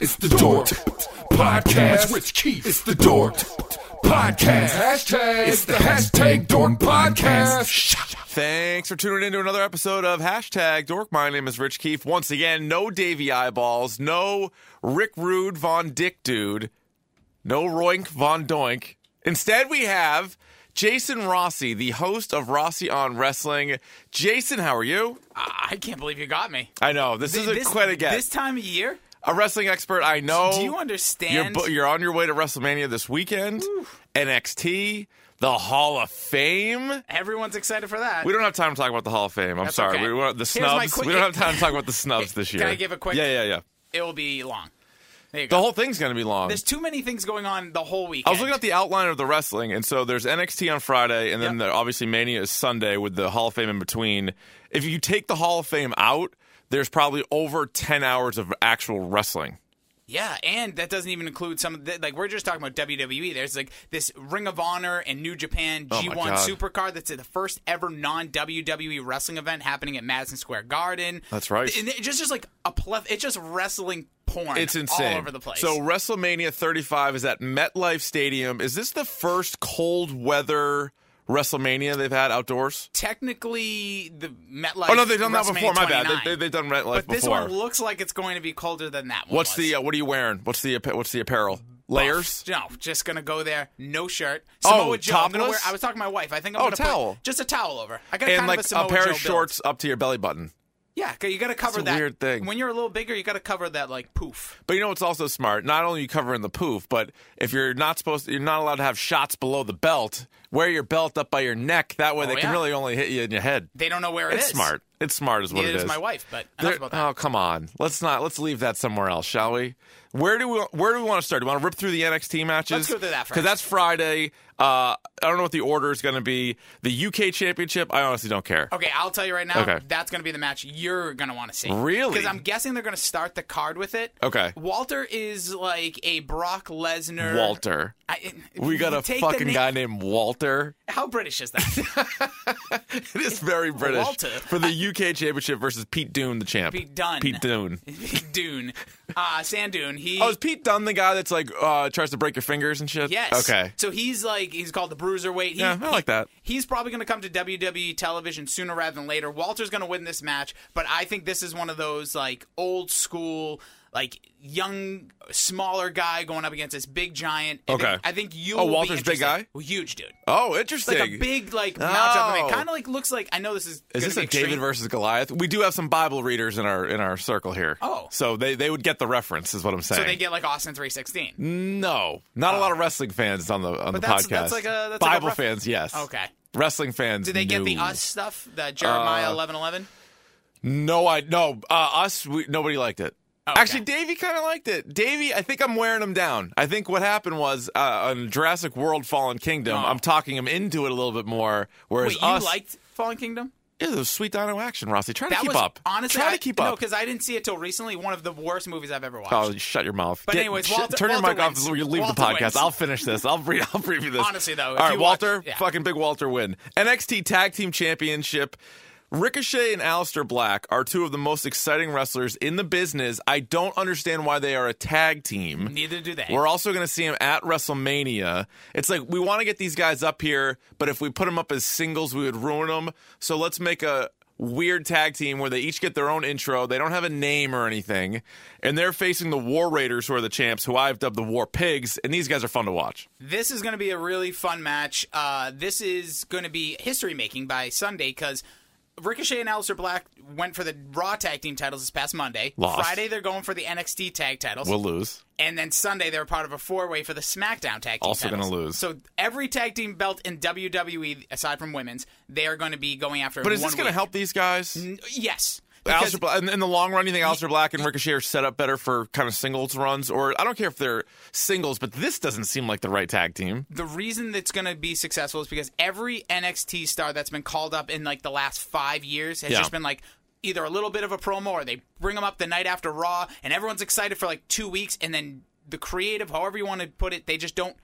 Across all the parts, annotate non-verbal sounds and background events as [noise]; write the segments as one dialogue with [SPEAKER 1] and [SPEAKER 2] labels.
[SPEAKER 1] It's the Dork Podcast. Rich Keith. It's the Dork Podcast. Hashtag. It's the hashtag Dork Podcast.
[SPEAKER 2] Thanks for tuning in to another episode of Hashtag Dork. My name is Rich Keefe. Once again, no Davy Eyeballs, no Rick Rude Von Dick Dude, no Roink Von Doink. Instead, we have Jason Rossi, the host of Rossi on Wrestling. Jason, how are you?
[SPEAKER 3] I can't believe you got me.
[SPEAKER 2] I know, this is a quite a guess.
[SPEAKER 3] This time of year,
[SPEAKER 2] a wrestling expert, I know.
[SPEAKER 3] do you understand?
[SPEAKER 2] You're, bu- you're on your way to WrestleMania this weekend, NXT, the Hall of Fame.
[SPEAKER 3] everyone's excited for
[SPEAKER 2] [laughs]
[SPEAKER 3] that.
[SPEAKER 2] We don't have time to talk about the Hall of Fame. I'm
[SPEAKER 3] That's
[SPEAKER 2] sorry.
[SPEAKER 3] okay.
[SPEAKER 2] We want the
[SPEAKER 3] Here's my
[SPEAKER 2] snubs.
[SPEAKER 3] quick-
[SPEAKER 2] we don't have time to talk about the snubs this
[SPEAKER 3] [laughs] Can
[SPEAKER 2] year.
[SPEAKER 3] I give a quick-
[SPEAKER 2] Yeah, yeah, yeah.
[SPEAKER 3] it will be long. There you
[SPEAKER 2] The
[SPEAKER 3] go.
[SPEAKER 2] whole thing's going to be long.
[SPEAKER 3] There's too many things going on the whole weekend.
[SPEAKER 2] I was looking at the outline of the wrestling, and so there's NXT on Friday, and then
[SPEAKER 3] Yep.
[SPEAKER 2] the, obviously Mania is Sunday with the Hall of Fame in between. If you take the Hall of Fame out, there's probably over 10 hours of actual wrestling.
[SPEAKER 3] yeah, and that doesn't even include some of the, like we're just talking about WWE. There's like this Ring of Honor and New Japan
[SPEAKER 2] Oh, my
[SPEAKER 3] G1
[SPEAKER 2] God.
[SPEAKER 3] Supercard. That's the first ever non WWE wrestling event happening at Madison Square Garden.
[SPEAKER 2] That's right.
[SPEAKER 3] And it just just like a pleth. It's just wrestling porn.
[SPEAKER 2] It's insane.
[SPEAKER 3] all over the place.
[SPEAKER 2] So WrestleMania 35 is at MetLife Stadium. Is this the first cold weather WrestleMania they've had outdoors?
[SPEAKER 3] technically the MetLife.
[SPEAKER 2] Oh no, they've done that
[SPEAKER 3] WrestleMania
[SPEAKER 2] before. My bad.
[SPEAKER 3] 29.
[SPEAKER 2] They, they, they've done MetLife
[SPEAKER 3] But
[SPEAKER 2] before.
[SPEAKER 3] this one looks like it's going to be colder than that one.
[SPEAKER 2] What's
[SPEAKER 3] was.
[SPEAKER 2] the uh, what are you wearing? What's the appa- what's the apparel?
[SPEAKER 3] Buff.
[SPEAKER 2] Layers?
[SPEAKER 3] No, just gonna go there. No shirt.
[SPEAKER 2] Oh,
[SPEAKER 3] Samoa Joe. I'm gonna wear,
[SPEAKER 2] topless?
[SPEAKER 3] I was talking to my wife. I think I'm
[SPEAKER 2] Oh,
[SPEAKER 3] gonna put
[SPEAKER 2] towel.
[SPEAKER 3] just a towel over. I got
[SPEAKER 2] And
[SPEAKER 3] kind
[SPEAKER 2] like
[SPEAKER 3] of a,
[SPEAKER 2] a,
[SPEAKER 3] Samoa
[SPEAKER 2] pair
[SPEAKER 3] Joe
[SPEAKER 2] of
[SPEAKER 3] build.
[SPEAKER 2] shorts up to your belly button.
[SPEAKER 3] Yeah, 'cause you gotta cover
[SPEAKER 2] a
[SPEAKER 3] that.
[SPEAKER 2] weird thing.
[SPEAKER 3] When you're a little bigger, you gotta cover that like poof.
[SPEAKER 2] But you know what's also smart? Not only are you covering the poof, but if you're not supposed to, you're not allowed to have shots below the belt, wear your belt up by your neck. That way they can
[SPEAKER 3] Oh, yeah.
[SPEAKER 2] really only hit you in your head.
[SPEAKER 3] They don't know where it
[SPEAKER 2] it's
[SPEAKER 3] is.
[SPEAKER 2] smart. It's smart is what
[SPEAKER 3] Neither
[SPEAKER 2] it is.
[SPEAKER 3] does my wife, but enough
[SPEAKER 2] There-
[SPEAKER 3] about that.
[SPEAKER 2] oh come on, let's not let's leave that somewhere else, shall we? Where do we where do we want to start? Do we want to rip through the NXT matches?
[SPEAKER 3] Let's go through that first.
[SPEAKER 2] because that's Friday. Uh, I don't know what the order is going to be. The UK Championship, I honestly don't care.
[SPEAKER 3] Okay, I'll tell you right now.
[SPEAKER 2] Okay.
[SPEAKER 3] That's going to be the match you're going to want to see.
[SPEAKER 2] Really?
[SPEAKER 3] Because I'm guessing they're going to start the card with it.
[SPEAKER 2] Okay.
[SPEAKER 3] Walter is like a Brock Lesnar.
[SPEAKER 2] Walter.
[SPEAKER 3] I,
[SPEAKER 2] We got a
[SPEAKER 3] take the
[SPEAKER 2] fucking
[SPEAKER 3] name-
[SPEAKER 2] guy named
[SPEAKER 3] [laughs]
[SPEAKER 2] Walter.
[SPEAKER 3] How British
[SPEAKER 2] [laughs]
[SPEAKER 3] is that?
[SPEAKER 2] It is very British.
[SPEAKER 3] [laughs] Walter.
[SPEAKER 2] For the UK Championship versus Pete Dune, the champ.
[SPEAKER 3] Pete Dunne.
[SPEAKER 2] Pete Dune.
[SPEAKER 3] [laughs] Dune. Uh, Sand Dune. He.
[SPEAKER 2] Oh, is Pete Dunne the guy that's like uh, tries to break your fingers and shit?
[SPEAKER 3] Yes.
[SPEAKER 2] Okay.
[SPEAKER 3] So he's like he's called the Bruiserweight. He,
[SPEAKER 2] Yeah, I like that.
[SPEAKER 3] He's probably going to come to WWE television sooner rather than later. Walter's going to win this match, but I think this is one of those like old school, like young, smaller guy going up against this big giant. I
[SPEAKER 2] Okay.
[SPEAKER 3] think- I think you.
[SPEAKER 2] Oh,
[SPEAKER 3] will be
[SPEAKER 2] Walter's big
[SPEAKER 3] interested.
[SPEAKER 2] guy?
[SPEAKER 3] Well, huge dude.
[SPEAKER 2] Oh,
[SPEAKER 3] Like
[SPEAKER 2] interesting.
[SPEAKER 3] a big like
[SPEAKER 2] Oh.
[SPEAKER 3] matchup. Kind of like looks like I know this is.
[SPEAKER 2] Is
[SPEAKER 3] gonna
[SPEAKER 2] this
[SPEAKER 3] be
[SPEAKER 2] a David
[SPEAKER 3] extreme.
[SPEAKER 2] versus Goliath? We do have some Bible readers in our in our circle here.
[SPEAKER 3] Oh.
[SPEAKER 2] so they, they would get the reference, is what I'm saying.
[SPEAKER 3] So they get like Austin three sixteen.
[SPEAKER 2] no, not a lot of wrestling fans on the on the
[SPEAKER 3] that's-
[SPEAKER 2] podcast.
[SPEAKER 3] that's like a- that's like a
[SPEAKER 2] Bible
[SPEAKER 3] ref-
[SPEAKER 2] fans, yes.
[SPEAKER 3] Okay.
[SPEAKER 2] wrestling fans.
[SPEAKER 3] Do they get the
[SPEAKER 2] no. Uh,
[SPEAKER 3] us stuff? The Jeremiah eleven eleven.
[SPEAKER 2] No, I no uh, us. We, nobody liked it.
[SPEAKER 3] okay.
[SPEAKER 2] Actually, Davey kind of liked it. Davey, I think I'm wearing him down. I think what happened was uh, on Jurassic World: Fallen Kingdom,
[SPEAKER 3] Oh.
[SPEAKER 2] I'm talking him into it a little bit more. Whereas
[SPEAKER 3] Wait, you
[SPEAKER 2] us,
[SPEAKER 3] liked Fallen Kingdom?
[SPEAKER 2] yeah, those sweet dino action, Rossi. Try to
[SPEAKER 3] That
[SPEAKER 2] keep
[SPEAKER 3] was
[SPEAKER 2] up.
[SPEAKER 3] honestly
[SPEAKER 2] try
[SPEAKER 3] I-
[SPEAKER 2] to keep
[SPEAKER 3] no,
[SPEAKER 2] up.
[SPEAKER 3] because I didn't see it till recently. One of the worst movies I've ever watched.
[SPEAKER 2] Oh, shut your mouth.
[SPEAKER 3] But
[SPEAKER 2] Get-
[SPEAKER 3] anyways,
[SPEAKER 2] sh-
[SPEAKER 3] Walter-
[SPEAKER 2] turn your
[SPEAKER 3] Walter
[SPEAKER 2] mic off.
[SPEAKER 3] wins.
[SPEAKER 2] so You leave the
[SPEAKER 3] Walter
[SPEAKER 2] podcast.
[SPEAKER 3] wins.
[SPEAKER 2] I'll finish this. I'll read. I'll preview this.
[SPEAKER 3] Honestly, though,
[SPEAKER 2] All
[SPEAKER 3] if
[SPEAKER 2] right,
[SPEAKER 3] you watch-
[SPEAKER 2] Walter,
[SPEAKER 3] yeah.
[SPEAKER 2] fucking big Walter win. NXT Tag Team Championship. Ricochet and Aleister Black are two of the most exciting wrestlers in the business. I don't understand why they are a tag team.
[SPEAKER 3] Neither do they.
[SPEAKER 2] We're also going to see him at WrestleMania. It's like we want to get these guys up here, but if we put them up as singles, we would ruin them. So let's make a weird tag team where they each get their own intro. They don't have a name or anything, and they're facing the War Raiders, who are the champs, who I've dubbed the War Pigs, and these guys are fun to watch.
[SPEAKER 3] this is going to be a really fun match. Uh, this is going to be history making by Sunday because Ricochet and Aleister Black went for the Raw Tag Team titles this past Monday.
[SPEAKER 2] Lost.
[SPEAKER 3] Friday they're going for the NXT Tag titles.
[SPEAKER 2] We'll lose.
[SPEAKER 3] and then Sunday they were part of a four way for the SmackDown tag team.
[SPEAKER 2] Also
[SPEAKER 3] titles.
[SPEAKER 2] gonna lose.
[SPEAKER 3] So every tag team belt in WWE, aside from women's, they are going to be going after.
[SPEAKER 2] But
[SPEAKER 3] in
[SPEAKER 2] is
[SPEAKER 3] one
[SPEAKER 2] this going to
[SPEAKER 3] week.
[SPEAKER 2] help these guys?
[SPEAKER 3] Yes.
[SPEAKER 2] Alistair Black, in, in the long run, you think Alistair Black and Ricochet are set up better for kind of singles runs? Or I don't care if they're singles, but this doesn't seem like the right tag team.
[SPEAKER 3] the reason that's going to be successful is because every NXT star that's been called up in like the last five years has
[SPEAKER 2] Yeah.
[SPEAKER 3] just been like either a little bit of a promo or they bring them up the night after Raw and everyone's excited for like two weeks and then the creative, however you want to put it, they just don't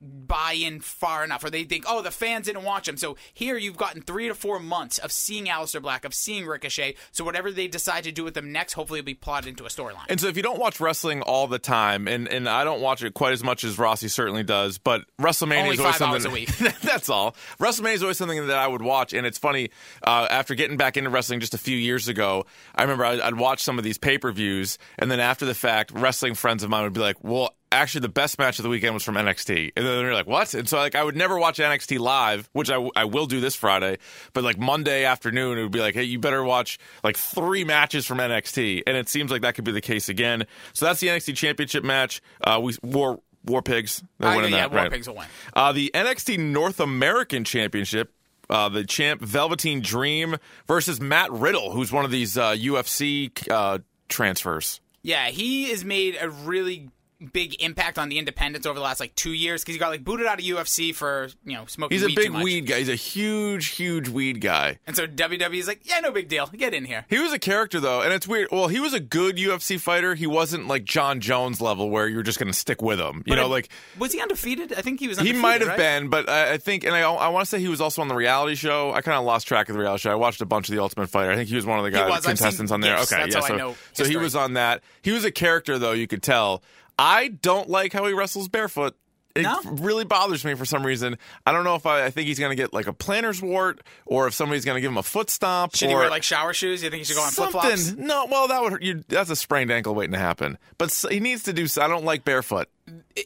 [SPEAKER 3] buy in far enough or they think, oh, the fans didn't watch them. So here you've gotten three to four months of seeing Aleister Black, of seeing Ricochet. So whatever they decide to do with them next, hopefully it'll be plotted into a storyline.
[SPEAKER 2] And so if you don't watch wrestling all the time, and, and I don't watch it quite as much as Rossi certainly does, but WrestleMania
[SPEAKER 3] Only
[SPEAKER 2] is always
[SPEAKER 3] five hours
[SPEAKER 2] something. [laughs]
[SPEAKER 3] a week.
[SPEAKER 2] that's all. WrestleMania is always something that I would watch, and it's funny. Uh, after getting back into wrestling just a few years ago, I remember I'd, I'd watch some of these pay per views, and then after the fact, wrestling friends of mine would be like, "Well." Actually, the best match of the weekend was from NXT, and then they're like, "What?" And so, like, I would never watch NXT live, which I, w- I will do this Friday, but like Monday afternoon, it would be like, "Hey, you better watch like three matches from NXT," and it seems like that could be the case again. So that's the NXT Championship match. Uh, we War War Pigs, they're
[SPEAKER 3] I-
[SPEAKER 2] winning
[SPEAKER 3] Uh, yeah,
[SPEAKER 2] that,
[SPEAKER 3] War
[SPEAKER 2] right.
[SPEAKER 3] Pigs will win.
[SPEAKER 2] Uh, the NXT North American Championship, uh, the champ Velveteen Dream versus Matt Riddle, who's one of these uh, UFC uh, transfers.
[SPEAKER 3] Yeah, he has made a really big impact on the independents over the last like two years because he got like booted out of UFC for you know smoking.
[SPEAKER 2] He's
[SPEAKER 3] weed
[SPEAKER 2] a
[SPEAKER 3] too
[SPEAKER 2] big
[SPEAKER 3] much.
[SPEAKER 2] weed guy. He's a huge, huge weed guy.
[SPEAKER 3] and so WWE's like, yeah, no big deal, get in here.
[SPEAKER 2] He was a character though, and it's weird. Well, he was a good UFC fighter. He wasn't like John Jones level where you're just going to stick with him. You
[SPEAKER 3] But
[SPEAKER 2] know,
[SPEAKER 3] it-
[SPEAKER 2] like
[SPEAKER 3] was he undefeated? I think he was.
[SPEAKER 2] He
[SPEAKER 3] Undefeated,
[SPEAKER 2] might have
[SPEAKER 3] right?
[SPEAKER 2] been, but I, I think, and I, I want to say he was also on the reality show. I kind of lost track of the reality show. I watched a bunch of the Ultimate Fighter. I think he was one of the guys
[SPEAKER 3] was. I've
[SPEAKER 2] contestants
[SPEAKER 3] seen
[SPEAKER 2] on there.
[SPEAKER 3] gifs.
[SPEAKER 2] okay,
[SPEAKER 3] That's
[SPEAKER 2] yeah.
[SPEAKER 3] how I
[SPEAKER 2] so,
[SPEAKER 3] know
[SPEAKER 2] so he
[SPEAKER 3] history.
[SPEAKER 2] was on that. He was a character, though. You could tell. I don't like how he wrestles barefoot. It
[SPEAKER 3] No?
[SPEAKER 2] really bothers me for some reason. I don't know if I, I think he's going to get like a planner's wart, or if somebody's going to give him a foot stomp,
[SPEAKER 3] Should
[SPEAKER 2] or
[SPEAKER 3] he wear like shower shoes? You think he should go on flip
[SPEAKER 2] something.
[SPEAKER 3] flops?
[SPEAKER 2] No, well, that would hurt you, that's a sprained ankle waiting to happen. But s he needs to do. s- I don't like barefoot.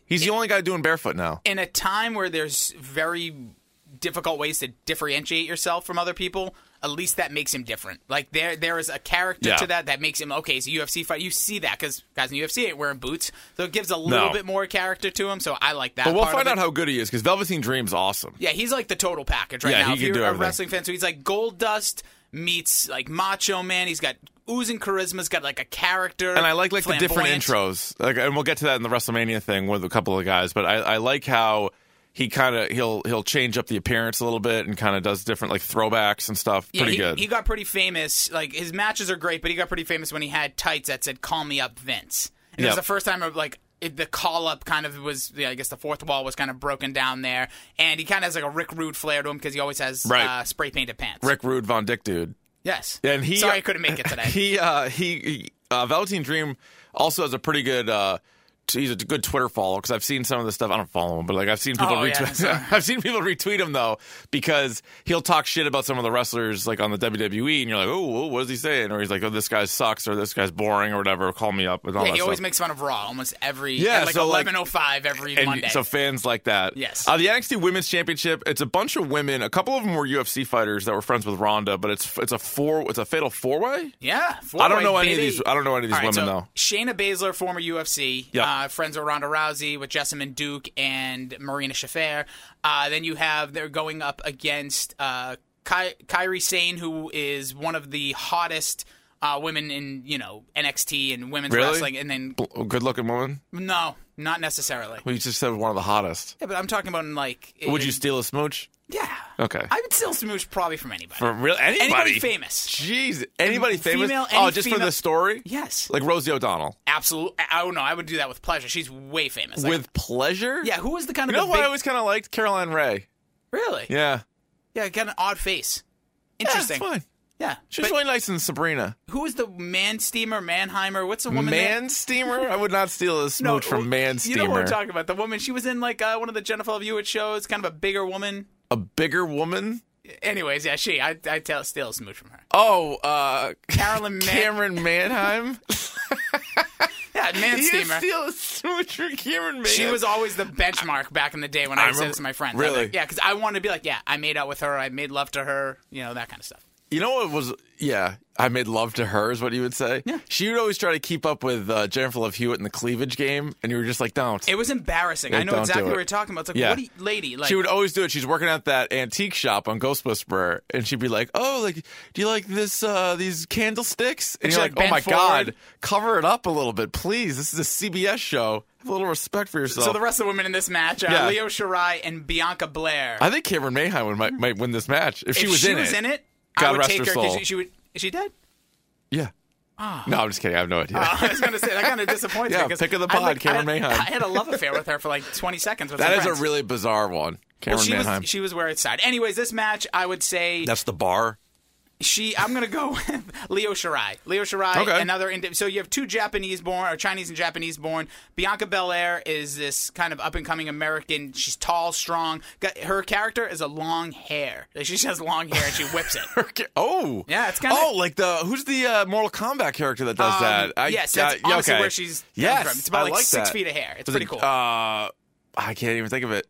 [SPEAKER 2] He's the only guy doing barefoot now.
[SPEAKER 3] In a time where there's very difficult ways to differentiate yourself from other people, at least that makes him different. Like there, there is a character
[SPEAKER 2] Yeah.
[SPEAKER 3] to that that makes him okay. It's a UFC fight. You see that because guys in the UFC ain't wearing boots, so it gives a little
[SPEAKER 2] No.
[SPEAKER 3] bit more character to him. So I like that.
[SPEAKER 2] But we'll
[SPEAKER 3] part of
[SPEAKER 2] find
[SPEAKER 3] it.
[SPEAKER 2] out how good he is because Velveteen Dream's awesome.
[SPEAKER 3] Yeah, he's like the total package right
[SPEAKER 2] Yeah,
[SPEAKER 3] now.
[SPEAKER 2] he
[SPEAKER 3] if
[SPEAKER 2] could
[SPEAKER 3] you're
[SPEAKER 2] do
[SPEAKER 3] a
[SPEAKER 2] everything.
[SPEAKER 3] wrestling fan, so he's like Gold Dust meets like Macho Man. He's got oozing charisma. He's got like a character,
[SPEAKER 2] And I like like the different
[SPEAKER 3] flamboyant.
[SPEAKER 2] intros. Like, and we'll get to that in the WrestleMania thing with a couple of guys. But I, I like how he kind of he'll he'll change up the appearance a little bit and kind of does different like throwbacks and stuff.
[SPEAKER 3] Yeah,
[SPEAKER 2] Pretty
[SPEAKER 3] he,
[SPEAKER 2] good.
[SPEAKER 3] He got pretty famous. Like his matches are great, but he got pretty famous when he had tights that said "Call me up, Vince." And it
[SPEAKER 2] Yep.
[SPEAKER 3] was the first time of like it, the call up kind of was. Yeah, I guess the fourth wall was kind of broken down there, and he kind of has like a Rick Rude flair to him because he always has
[SPEAKER 2] Right.
[SPEAKER 3] uh, spray painted pants.
[SPEAKER 2] Rick Rude Von Dick dude.
[SPEAKER 3] yes,
[SPEAKER 2] And he
[SPEAKER 3] sorry I couldn't make it
[SPEAKER 2] [laughs]
[SPEAKER 3] today.
[SPEAKER 2] He uh he, he uh Velveteen Dream also has a pretty good uh t- he's a good Twitter follow because I've seen some of the stuff. I don't follow him, but like I've seen people
[SPEAKER 3] Oh, yeah,
[SPEAKER 2] retweet.
[SPEAKER 3] sorry.
[SPEAKER 2] [laughs] I've seen people retweet him though because he'll talk shit about some of the wrestlers like on the WWE, and you're like, oh, whoa, what is he saying? Or he's like, oh, this guy sucks, or this guy's boring, or whatever. Call me up and all
[SPEAKER 3] yeah,
[SPEAKER 2] that
[SPEAKER 3] he always
[SPEAKER 2] stuff.
[SPEAKER 3] makes fun of Raw almost every
[SPEAKER 2] Yeah,
[SPEAKER 3] at, like
[SPEAKER 2] so, like-
[SPEAKER 3] eleven oh five every
[SPEAKER 2] and
[SPEAKER 3] Monday.
[SPEAKER 2] so fans like that.
[SPEAKER 3] Yes.
[SPEAKER 2] Uh, the NXT Women's Championship. It's a bunch of women. A couple of them were UFC fighters that were friends with Ronda, but it's it's a four. It's a fatal four way.
[SPEAKER 3] Yeah,
[SPEAKER 2] I don't
[SPEAKER 3] four-way,
[SPEAKER 2] know any of
[SPEAKER 3] baby.
[SPEAKER 2] these. I don't know any of these
[SPEAKER 3] All
[SPEAKER 2] women
[SPEAKER 3] right, so
[SPEAKER 2] though.
[SPEAKER 3] Shayna Baszler, former UFC,
[SPEAKER 2] Yeah.
[SPEAKER 3] uh, friends with Ronda Rousey, with Jessamine Duke and Marina Shafir. Uh, then you have they're going up against uh, Ky- Kyrie Sane, who is one of the hottest uh, women in you know NXT and women's
[SPEAKER 2] Really?
[SPEAKER 3] wrestling. And then
[SPEAKER 2] Bl- good looking woman.
[SPEAKER 3] no, not necessarily.
[SPEAKER 2] Well, you just said one of the hottest.
[SPEAKER 3] Yeah, but I'm talking about in like.
[SPEAKER 2] Would
[SPEAKER 3] in-
[SPEAKER 2] you steal a smooch?
[SPEAKER 3] Yeah.
[SPEAKER 2] Okay.
[SPEAKER 3] I would still smooch probably from anybody.
[SPEAKER 2] For real? Anybody?
[SPEAKER 3] Anybody famous.
[SPEAKER 2] Jeez. Anybody famous?
[SPEAKER 3] female-
[SPEAKER 2] oh,
[SPEAKER 3] any
[SPEAKER 2] just for
[SPEAKER 3] female-
[SPEAKER 2] the story?
[SPEAKER 3] yes.
[SPEAKER 2] Like Rosie O'Donnell.
[SPEAKER 3] Absolutely. I don't know. I would do that with pleasure. She's way famous. Like,
[SPEAKER 2] With pleasure?
[SPEAKER 3] yeah. Who was the kind
[SPEAKER 2] You
[SPEAKER 3] of
[SPEAKER 2] know
[SPEAKER 3] the
[SPEAKER 2] what
[SPEAKER 3] big-
[SPEAKER 2] I always kind of liked? Caroline Ray.
[SPEAKER 3] really?
[SPEAKER 2] Yeah.
[SPEAKER 3] Yeah, got an odd face.
[SPEAKER 2] Yeah,
[SPEAKER 3] Interesting.
[SPEAKER 2] it's fine.
[SPEAKER 3] Yeah.
[SPEAKER 2] She's
[SPEAKER 3] But
[SPEAKER 2] really nice in Sabrina.
[SPEAKER 3] who is the man steamer, Manheimer? What's the woman?
[SPEAKER 2] Man
[SPEAKER 3] that-
[SPEAKER 2] steamer? I would not steal a
[SPEAKER 3] [laughs] No,
[SPEAKER 2] smooch from man steamer.
[SPEAKER 3] You know what I'm talking about? The woman. She was in like uh, one of the Jennifer Love Hewitt shows, kind of a bigger woman.
[SPEAKER 2] a bigger woman?
[SPEAKER 3] Anyways, yeah, she. I I tell steal a smooch
[SPEAKER 2] [laughs]
[SPEAKER 3] from her.
[SPEAKER 2] Oh, uh,
[SPEAKER 3] Carolyn Man.
[SPEAKER 2] Cameron Manheim.
[SPEAKER 3] yeah,
[SPEAKER 2] [laughs]
[SPEAKER 3] man
[SPEAKER 2] you didn't
[SPEAKER 3] steamer.
[SPEAKER 2] steal a smooch from Cameron Manheim.
[SPEAKER 3] She was always the benchmark back in the day when
[SPEAKER 2] I
[SPEAKER 3] I, would say
[SPEAKER 2] remember-
[SPEAKER 3] this to my friends.
[SPEAKER 2] Really?
[SPEAKER 3] I'd be like, yeah, because I wanted to be like, yeah, I made out with her, I made love to her, you know, that kind of stuff.
[SPEAKER 2] You know what was? Yeah, I made love to her is what you would say. Yeah. She would always try to keep up with uh, Jennifer Love Hewitt in the cleavage game, and you were just like, don't.
[SPEAKER 3] It was embarrassing.
[SPEAKER 2] Yeah,
[SPEAKER 3] I know
[SPEAKER 2] don't
[SPEAKER 3] exactly
[SPEAKER 2] do
[SPEAKER 3] what
[SPEAKER 2] it.
[SPEAKER 3] you're talking about. It's like,
[SPEAKER 2] Yeah.
[SPEAKER 3] what do you, lady? Like,
[SPEAKER 2] she would always do it. She's working at that antique shop on Ghost Whisperer, and she'd be like, "Oh, like, do you like this? uh These candlesticks?" And,
[SPEAKER 3] And she,
[SPEAKER 2] you're
[SPEAKER 3] like,
[SPEAKER 2] like,
[SPEAKER 3] bent
[SPEAKER 2] "Oh my
[SPEAKER 3] forward.
[SPEAKER 2] god, cover it up a little bit, please. This is a CBS show. Have a little respect for yourself."
[SPEAKER 3] so the rest of the women in this match are
[SPEAKER 2] Yeah.
[SPEAKER 3] Leo Shirai and Bianca Blair.
[SPEAKER 2] I think Cameron Mayheim might, might win this match if she
[SPEAKER 3] if
[SPEAKER 2] was
[SPEAKER 3] she
[SPEAKER 2] in
[SPEAKER 3] was
[SPEAKER 2] it.
[SPEAKER 3] in it, I
[SPEAKER 2] God
[SPEAKER 3] would
[SPEAKER 2] rest
[SPEAKER 3] take
[SPEAKER 2] her
[SPEAKER 3] her
[SPEAKER 2] soul.
[SPEAKER 3] she, she would. Is she dead? [laughs]
[SPEAKER 2] Yeah.
[SPEAKER 3] Ah.
[SPEAKER 2] No, I'm just kidding. I have no idea.
[SPEAKER 3] I was going to say that kind of disappoints
[SPEAKER 2] Yeah,
[SPEAKER 3] me. 'cause
[SPEAKER 2] pick of the
[SPEAKER 3] I
[SPEAKER 2] pod, Cameron
[SPEAKER 3] I,
[SPEAKER 2] Mayhem.
[SPEAKER 3] I had a love affair with her for like 20 seconds. With
[SPEAKER 2] that
[SPEAKER 3] some
[SPEAKER 2] is
[SPEAKER 3] friends.
[SPEAKER 2] a really bizarre one. Cameron
[SPEAKER 3] Well, she
[SPEAKER 2] Mayheim.
[SPEAKER 3] was she was where it's side. Anyways, this match, I would say
[SPEAKER 2] That's the bar.
[SPEAKER 3] she. I'm gonna go [laughs] with Leo Shirai. Leo Shirai,
[SPEAKER 2] Okay.
[SPEAKER 3] another. Indi- so you have two Japanese born or Chinese and Japanese born. Bianca Belair is this kind of up and coming American. She's tall, strong. Got, her character is a long hair. Like, She just has long hair and she
[SPEAKER 2] [laughs]
[SPEAKER 3] whips it.
[SPEAKER 2] Okay. Oh,
[SPEAKER 3] Yeah, it's kinda-
[SPEAKER 2] Oh, like the who's the uh, Mortal Kombat character that does
[SPEAKER 3] Um,
[SPEAKER 2] that?
[SPEAKER 3] yes,
[SPEAKER 2] yeah,
[SPEAKER 3] that's
[SPEAKER 2] yeah,
[SPEAKER 3] honestly
[SPEAKER 2] okay.
[SPEAKER 3] where she's coming
[SPEAKER 2] yes,
[SPEAKER 3] from. It's about,
[SPEAKER 2] I
[SPEAKER 3] like, six
[SPEAKER 2] that.
[SPEAKER 3] feet of hair. It's
[SPEAKER 2] Was
[SPEAKER 3] pretty
[SPEAKER 2] it,
[SPEAKER 3] cool.
[SPEAKER 2] Uh, I can't even think of it.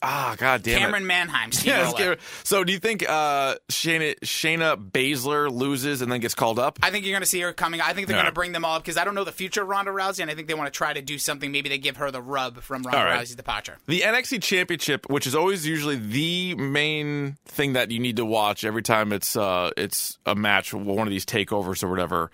[SPEAKER 2] Ah, god damn
[SPEAKER 3] Cameron
[SPEAKER 2] it.
[SPEAKER 3] Mannheim.
[SPEAKER 2] [laughs]
[SPEAKER 3] Steve
[SPEAKER 2] Yes,
[SPEAKER 3] Roller.
[SPEAKER 2] Cameron- So, do you think uh, Shayna Shayna Baszler loses and then gets called up?
[SPEAKER 3] I think you're going to see her coming. I think they're
[SPEAKER 2] Yeah.
[SPEAKER 3] going to bring them all up because I don't know the future of Ronda Rousey, and I think they want to try to do something. Maybe they give her the rub from Ronda
[SPEAKER 2] All right.
[SPEAKER 3] Rousey's departure.
[SPEAKER 2] The NXT Championship, which is always usually the main thing that you need to watch every time it's uh, it's a match, one of these takeovers or whatever.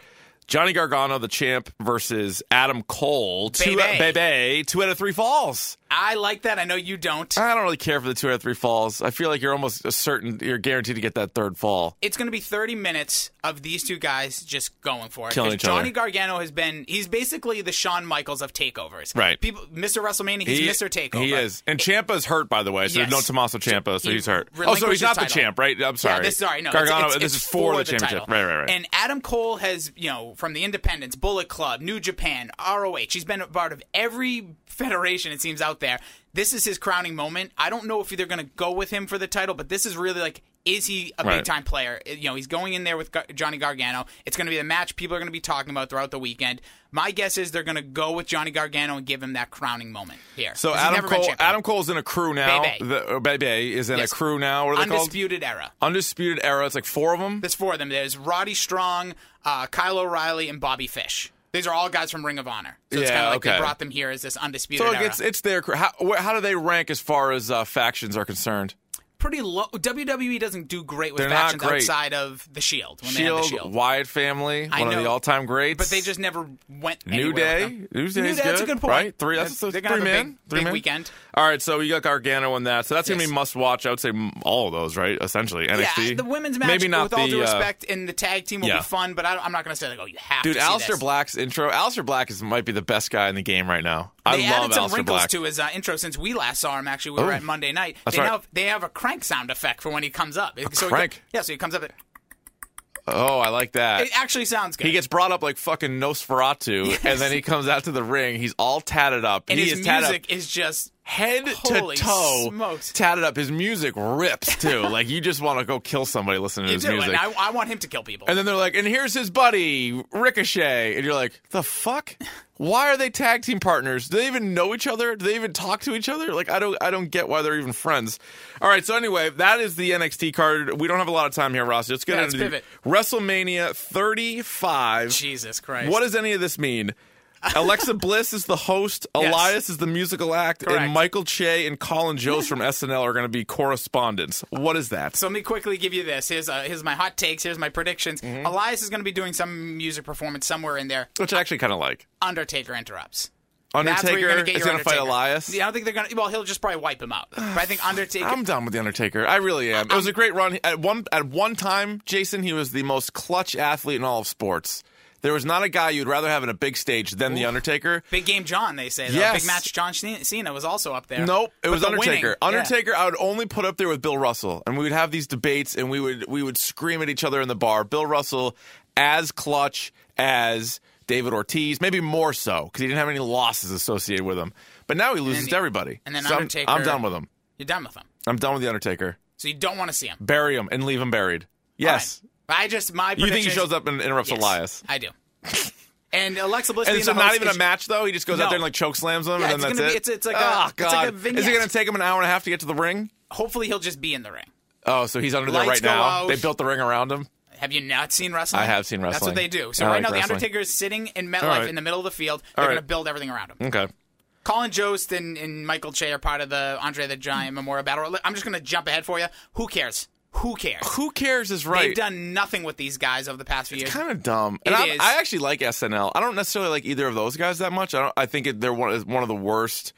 [SPEAKER 2] Johnny Gargano, the champ, versus Adam Cole. Two,
[SPEAKER 3] Bebe.
[SPEAKER 2] Bebe, two out of three falls.
[SPEAKER 3] I like that. I know you don't.
[SPEAKER 2] I don't really care for the two out of three falls. I feel like you're almost a certain, you're guaranteed to get that third fall.
[SPEAKER 3] it's going to be 30 minutes of these two guys just going for it.
[SPEAKER 2] Killing
[SPEAKER 3] 'Cause
[SPEAKER 2] each
[SPEAKER 3] Johnny
[SPEAKER 2] other.
[SPEAKER 3] Gargano has been, he's basically the Shawn Michaels of takeovers.
[SPEAKER 2] Right.
[SPEAKER 3] People, Mr. WrestleMania, he's Mr. Takeover.
[SPEAKER 2] He is. And Champa's hurt, by the way. So
[SPEAKER 3] Yes.
[SPEAKER 2] no Tommaso Champa, so
[SPEAKER 3] He
[SPEAKER 2] he's hurt. Oh, so he's
[SPEAKER 3] relinquished
[SPEAKER 2] not
[SPEAKER 3] his
[SPEAKER 2] the
[SPEAKER 3] title.
[SPEAKER 2] champ, right? I'm sorry.
[SPEAKER 3] Yeah, this, sorry, no.
[SPEAKER 2] Gargano,
[SPEAKER 3] it's, it's,
[SPEAKER 2] this
[SPEAKER 3] it's
[SPEAKER 2] is for, the
[SPEAKER 3] title.
[SPEAKER 2] championship. Right, right, right.
[SPEAKER 3] And Adam Cole has, you know, from the Independents, Bullet Club, New Japan, ROH, he's been a part of every federation, it seems, out there. This is his crowning moment. I don't know if they're going to go with him for the title, but this is really like, is he a
[SPEAKER 2] Right.
[SPEAKER 3] big time player? You know, he's going in there with Gar- Johnny Gargano. It's going to be the match people are going to be talking about throughout the weekend. My guess is they're going to go with Johnny Gargano and give him that crowning moment here.
[SPEAKER 2] So
[SPEAKER 3] 'Cause he's
[SPEAKER 2] Adam
[SPEAKER 3] never been
[SPEAKER 2] Cole,
[SPEAKER 3] champion.
[SPEAKER 2] Adam Cole's in a crew now.
[SPEAKER 3] Bebe.
[SPEAKER 2] The, or Bebe is in
[SPEAKER 3] Yes.
[SPEAKER 2] a crew now. What are they
[SPEAKER 3] Undisputed Era.
[SPEAKER 2] called? Undisputed Era. It's like four of them.
[SPEAKER 3] There's four of them. There's Roddy Strong, uh, Kyle O'Reilly, and Bobby Fish. These are all guys from Ring of Honor. So it's
[SPEAKER 2] Yeah,
[SPEAKER 3] kind of like they
[SPEAKER 2] okay.
[SPEAKER 3] brought them here as this undisputed
[SPEAKER 2] So
[SPEAKER 3] era.
[SPEAKER 2] it's it's their crew. How, wh- how do they rank as far as uh, factions are concerned?
[SPEAKER 3] pretty low. WWE doesn't do great with
[SPEAKER 2] They're not
[SPEAKER 3] factions
[SPEAKER 2] great.
[SPEAKER 3] outside of the Shield when they
[SPEAKER 2] Shield,
[SPEAKER 3] had the Shield.
[SPEAKER 2] E Wyatt family,
[SPEAKER 3] E I
[SPEAKER 2] one of
[SPEAKER 3] know.
[SPEAKER 2] the all-time greats.
[SPEAKER 3] But they just never went.
[SPEAKER 2] New
[SPEAKER 3] anywhere with
[SPEAKER 2] Day.
[SPEAKER 3] them.
[SPEAKER 2] New Day's
[SPEAKER 3] New Day,
[SPEAKER 2] good.
[SPEAKER 3] That's a good point.
[SPEAKER 2] Right? Three. That's,
[SPEAKER 3] They're
[SPEAKER 2] that's
[SPEAKER 3] gonna
[SPEAKER 2] three
[SPEAKER 3] have a
[SPEAKER 2] man.
[SPEAKER 3] big-
[SPEAKER 2] three
[SPEAKER 3] big
[SPEAKER 2] man.
[SPEAKER 3] weekend.
[SPEAKER 2] All right. So you got Gargano on that. So that's gonna
[SPEAKER 3] Yes.
[SPEAKER 2] be must watch. I would say m- all of those. Right. Essentially NXT.
[SPEAKER 3] Yeah, the women's match,
[SPEAKER 2] Maybe not
[SPEAKER 3] with all
[SPEAKER 2] the,
[SPEAKER 3] due
[SPEAKER 2] uh,
[SPEAKER 3] respect, in the tag team will
[SPEAKER 2] yeah.
[SPEAKER 3] be fun, but I, don't- I'm not going to say like, oh, you have
[SPEAKER 2] Dude,
[SPEAKER 3] to. see
[SPEAKER 2] Alistair
[SPEAKER 3] this.
[SPEAKER 2] Black's intro. Alistair Black is might be the best guy in the game right now. I
[SPEAKER 3] They
[SPEAKER 2] love
[SPEAKER 3] added some
[SPEAKER 2] Alistair
[SPEAKER 3] wrinkles
[SPEAKER 2] Black.
[SPEAKER 3] to his uh, intro since we last saw him. Actually, we were
[SPEAKER 2] Oh.
[SPEAKER 3] at Monday night.
[SPEAKER 2] That's
[SPEAKER 3] they
[SPEAKER 2] right.
[SPEAKER 3] now they have a crank sound effect for when he comes up. A
[SPEAKER 2] crank?
[SPEAKER 3] yeah, so he comes up. It,
[SPEAKER 2] Oh, I like that.
[SPEAKER 3] it actually sounds good.
[SPEAKER 2] He gets brought up like fucking Nosferatu, and then he comes out to the ring. He's all tatted up.
[SPEAKER 3] and
[SPEAKER 2] he
[SPEAKER 3] his
[SPEAKER 2] is tatted up
[SPEAKER 3] music is just
[SPEAKER 2] head
[SPEAKER 3] Holy
[SPEAKER 2] to toe,
[SPEAKER 3] smokes.
[SPEAKER 2] tatted up. His music rips
[SPEAKER 3] [laughs]
[SPEAKER 2] too. like you just want to go kill somebody listening to
[SPEAKER 3] you
[SPEAKER 2] his
[SPEAKER 3] do,
[SPEAKER 2] music.
[SPEAKER 3] and I, I want him to kill people.
[SPEAKER 2] And then they're like, and here's his buddy, Ricochet. And you're like, the fuck? Why are they tag team partners? Do they even know each other? Do they even talk to each other? Like, I don't I don't get why they're even friends. All right, so anyway, that is the NXT card. We don't have a lot of time here, Ross. Let's get
[SPEAKER 3] Yeah, let's
[SPEAKER 2] into
[SPEAKER 3] pivot.
[SPEAKER 2] WrestleMania 35.
[SPEAKER 3] Jesus Christ!
[SPEAKER 2] What does any of this mean? Alexa Bliss is the host,
[SPEAKER 3] [laughs] Yes.
[SPEAKER 2] Elias is the musical act,
[SPEAKER 3] Correct.
[SPEAKER 2] and Michael Che and Colin Jost from SNL are going to be correspondents. What is that?
[SPEAKER 3] So let me quickly give you this. Here's uh, here's my hot takes. Here's my predictions.
[SPEAKER 2] Mm-hmm.
[SPEAKER 3] Elias is going to be doing some music performance somewhere in there.
[SPEAKER 2] Which I actually kind of like.
[SPEAKER 3] Undertaker interrupts. That's where
[SPEAKER 2] Undertaker
[SPEAKER 3] you're gonna get
[SPEAKER 2] is
[SPEAKER 3] your
[SPEAKER 2] going to fight
[SPEAKER 3] Undertaker.
[SPEAKER 2] Elias.
[SPEAKER 3] Yeah, I don't think they're going to. Well, he'll just probably wipe him out. But
[SPEAKER 2] [sighs]
[SPEAKER 3] I think Undertaker.
[SPEAKER 2] I'm done with the Undertaker. I really am. It was a great run. At one at one time, Jason, he was the most clutch athlete in all of sports. There was not a guy you'd rather have in a big stage than the Undertaker.
[SPEAKER 3] Big game, John. They say. Though.
[SPEAKER 2] Yes.
[SPEAKER 3] Big match, John Cena Cena was also up there.
[SPEAKER 2] Nope, it
[SPEAKER 3] But
[SPEAKER 2] was
[SPEAKER 3] the
[SPEAKER 2] Undertaker.
[SPEAKER 3] winning- yeah.
[SPEAKER 2] Undertaker, I would only put up there with Bill Russell, and we would have these debates, and we would we would scream at each other in the bar. Bill Russell, as clutch as David Ortiz, maybe more so because he didn't have any losses associated with him. But now he loses
[SPEAKER 3] then
[SPEAKER 2] to
[SPEAKER 3] the-
[SPEAKER 2] everybody.
[SPEAKER 3] and then
[SPEAKER 2] So I'm-
[SPEAKER 3] Undertaker-
[SPEAKER 2] I'm done with him.
[SPEAKER 3] You're done with him,
[SPEAKER 2] I'm done with the Undertaker.
[SPEAKER 3] so you don't want to see him.
[SPEAKER 2] Bury him and leave him buried. Yes.
[SPEAKER 3] Fine. But I just my.
[SPEAKER 2] You think he
[SPEAKER 3] predictions-
[SPEAKER 2] shows up and interrupts
[SPEAKER 3] Yes,
[SPEAKER 2] Elias?
[SPEAKER 3] I do. And Alexa Bliss.
[SPEAKER 2] And
[SPEAKER 3] being
[SPEAKER 2] so
[SPEAKER 3] the
[SPEAKER 2] not
[SPEAKER 3] host
[SPEAKER 2] even
[SPEAKER 3] is-
[SPEAKER 2] a match though. He just goes
[SPEAKER 3] No.
[SPEAKER 2] out there and like choke slams him, and
[SPEAKER 3] Yeah,
[SPEAKER 2] then
[SPEAKER 3] it's
[SPEAKER 2] that's
[SPEAKER 3] gonna
[SPEAKER 2] it.
[SPEAKER 3] be- it's- it's like a-
[SPEAKER 2] oh,
[SPEAKER 3] it's like a
[SPEAKER 2] God. Is it
[SPEAKER 3] vignette.
[SPEAKER 2] going to take him an hour and a half to get to the ring?
[SPEAKER 3] Hopefully, he'll just be in the ring.
[SPEAKER 2] Oh, so he's under there right
[SPEAKER 3] Lights go
[SPEAKER 2] now.
[SPEAKER 3] out.
[SPEAKER 2] They built the ring around him.
[SPEAKER 3] Have you not seen wrestling?
[SPEAKER 2] I have seen
[SPEAKER 3] That's
[SPEAKER 2] wrestling.
[SPEAKER 3] what they do. So
[SPEAKER 2] I
[SPEAKER 3] right
[SPEAKER 2] like
[SPEAKER 3] now, the
[SPEAKER 2] wrestling.
[SPEAKER 3] Undertaker is sitting in MetLife
[SPEAKER 2] All right.
[SPEAKER 3] in the middle of the field.
[SPEAKER 2] All
[SPEAKER 3] They're
[SPEAKER 2] right.
[SPEAKER 3] going to build everything around him.
[SPEAKER 2] Okay.
[SPEAKER 3] Colin Jost and, and Michael Che are part of the Andre the Giant Memorial Battle. Royal. I'm just going to jump ahead for you. Who cares? Who cares?
[SPEAKER 2] Who cares is
[SPEAKER 3] They've
[SPEAKER 2] right.
[SPEAKER 3] done nothing with these guys over the past few years.
[SPEAKER 2] kind of dumb.
[SPEAKER 3] It
[SPEAKER 2] And I'm-
[SPEAKER 3] is.
[SPEAKER 2] I actually like SNL. I don't necessarily like either of those guys that much. I don't. I think it, they're one, one of the worst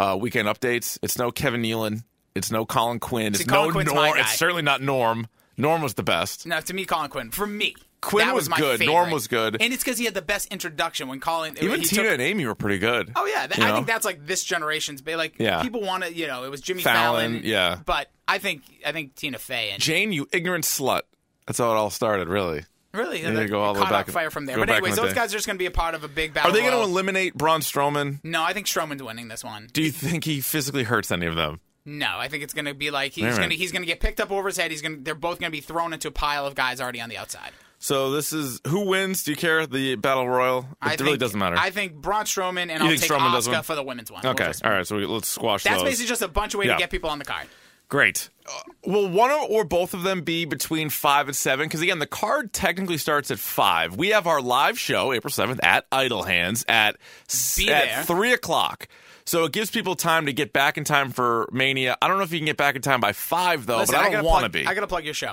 [SPEAKER 2] uh, weekend updates. It's no Kevin Nealon. It's no Colin Quinn. It's
[SPEAKER 3] See,
[SPEAKER 2] no
[SPEAKER 3] Colin Quinn's my
[SPEAKER 2] Norm.
[SPEAKER 3] guy.
[SPEAKER 2] It's certainly not Norm. Norm was the best.
[SPEAKER 3] No, to me, Colin Quinn. For me,
[SPEAKER 2] Quinn
[SPEAKER 3] that was,
[SPEAKER 2] was
[SPEAKER 3] my
[SPEAKER 2] good.
[SPEAKER 3] Favorite.
[SPEAKER 2] Norm was good.
[SPEAKER 3] and it's because he had the best introduction when Colin.
[SPEAKER 2] Even
[SPEAKER 3] he
[SPEAKER 2] Tina
[SPEAKER 3] took-
[SPEAKER 2] and Amy were pretty good.
[SPEAKER 3] oh yeah, that,
[SPEAKER 2] You
[SPEAKER 3] I
[SPEAKER 2] know?
[SPEAKER 3] think that's like this generation's. ba- Like
[SPEAKER 2] Yeah.
[SPEAKER 3] people want to, you know, it was Jimmy
[SPEAKER 2] Fallon,
[SPEAKER 3] Fallon.
[SPEAKER 2] yeah.
[SPEAKER 3] but I think I think Tina Fey and
[SPEAKER 2] Jane, you ignorant slut. That's how it all started, really.
[SPEAKER 3] really
[SPEAKER 2] need to go all the way
[SPEAKER 3] caught
[SPEAKER 2] back-
[SPEAKER 3] on fire from there.
[SPEAKER 2] go
[SPEAKER 3] But
[SPEAKER 2] back
[SPEAKER 3] anyways,
[SPEAKER 2] in the
[SPEAKER 3] those
[SPEAKER 2] day.
[SPEAKER 3] guys are just going to be a part of a big battle.
[SPEAKER 2] Are they going to
[SPEAKER 3] royal.
[SPEAKER 2] eliminate Braun Strowman?
[SPEAKER 3] No, I think Strowman's winning this one.
[SPEAKER 2] Do you think he physically hurts any of them?
[SPEAKER 3] No, I think it's going to be like
[SPEAKER 2] Wait a
[SPEAKER 3] he's going to
[SPEAKER 2] minute.
[SPEAKER 3] he's going to get picked up over his head. He's going to they're both going to be thrown into a pile of guys already on the outside.
[SPEAKER 2] So this is who wins? Do you care? The battle royal? It
[SPEAKER 3] I
[SPEAKER 2] really
[SPEAKER 3] think-
[SPEAKER 2] doesn't matter.
[SPEAKER 3] I think Braun Strowman and
[SPEAKER 2] You
[SPEAKER 3] I'll
[SPEAKER 2] think
[SPEAKER 3] take
[SPEAKER 2] Strowman does win?
[SPEAKER 3] Oscar for the women's one. We'll
[SPEAKER 2] okay.
[SPEAKER 3] just-
[SPEAKER 2] All right. So we, let's squash
[SPEAKER 3] That's
[SPEAKER 2] those.
[SPEAKER 3] basically just a bunch of ways
[SPEAKER 2] Yeah. Oh,
[SPEAKER 3] to get people on the card.
[SPEAKER 2] Great. Uh, Will one or- or both of them be between five and seven? Because again, the card technically starts at five. We have our live show April seventh at Idle Hands at s-
[SPEAKER 3] Be there.
[SPEAKER 2] at three o'clock. So it gives people time to get back in time for Mania. I don't know if you can get back in time by five though,
[SPEAKER 3] Listen,
[SPEAKER 2] but I
[SPEAKER 3] gotta
[SPEAKER 2] don't want to
[SPEAKER 3] plug-
[SPEAKER 2] be.
[SPEAKER 3] I got to plug your show.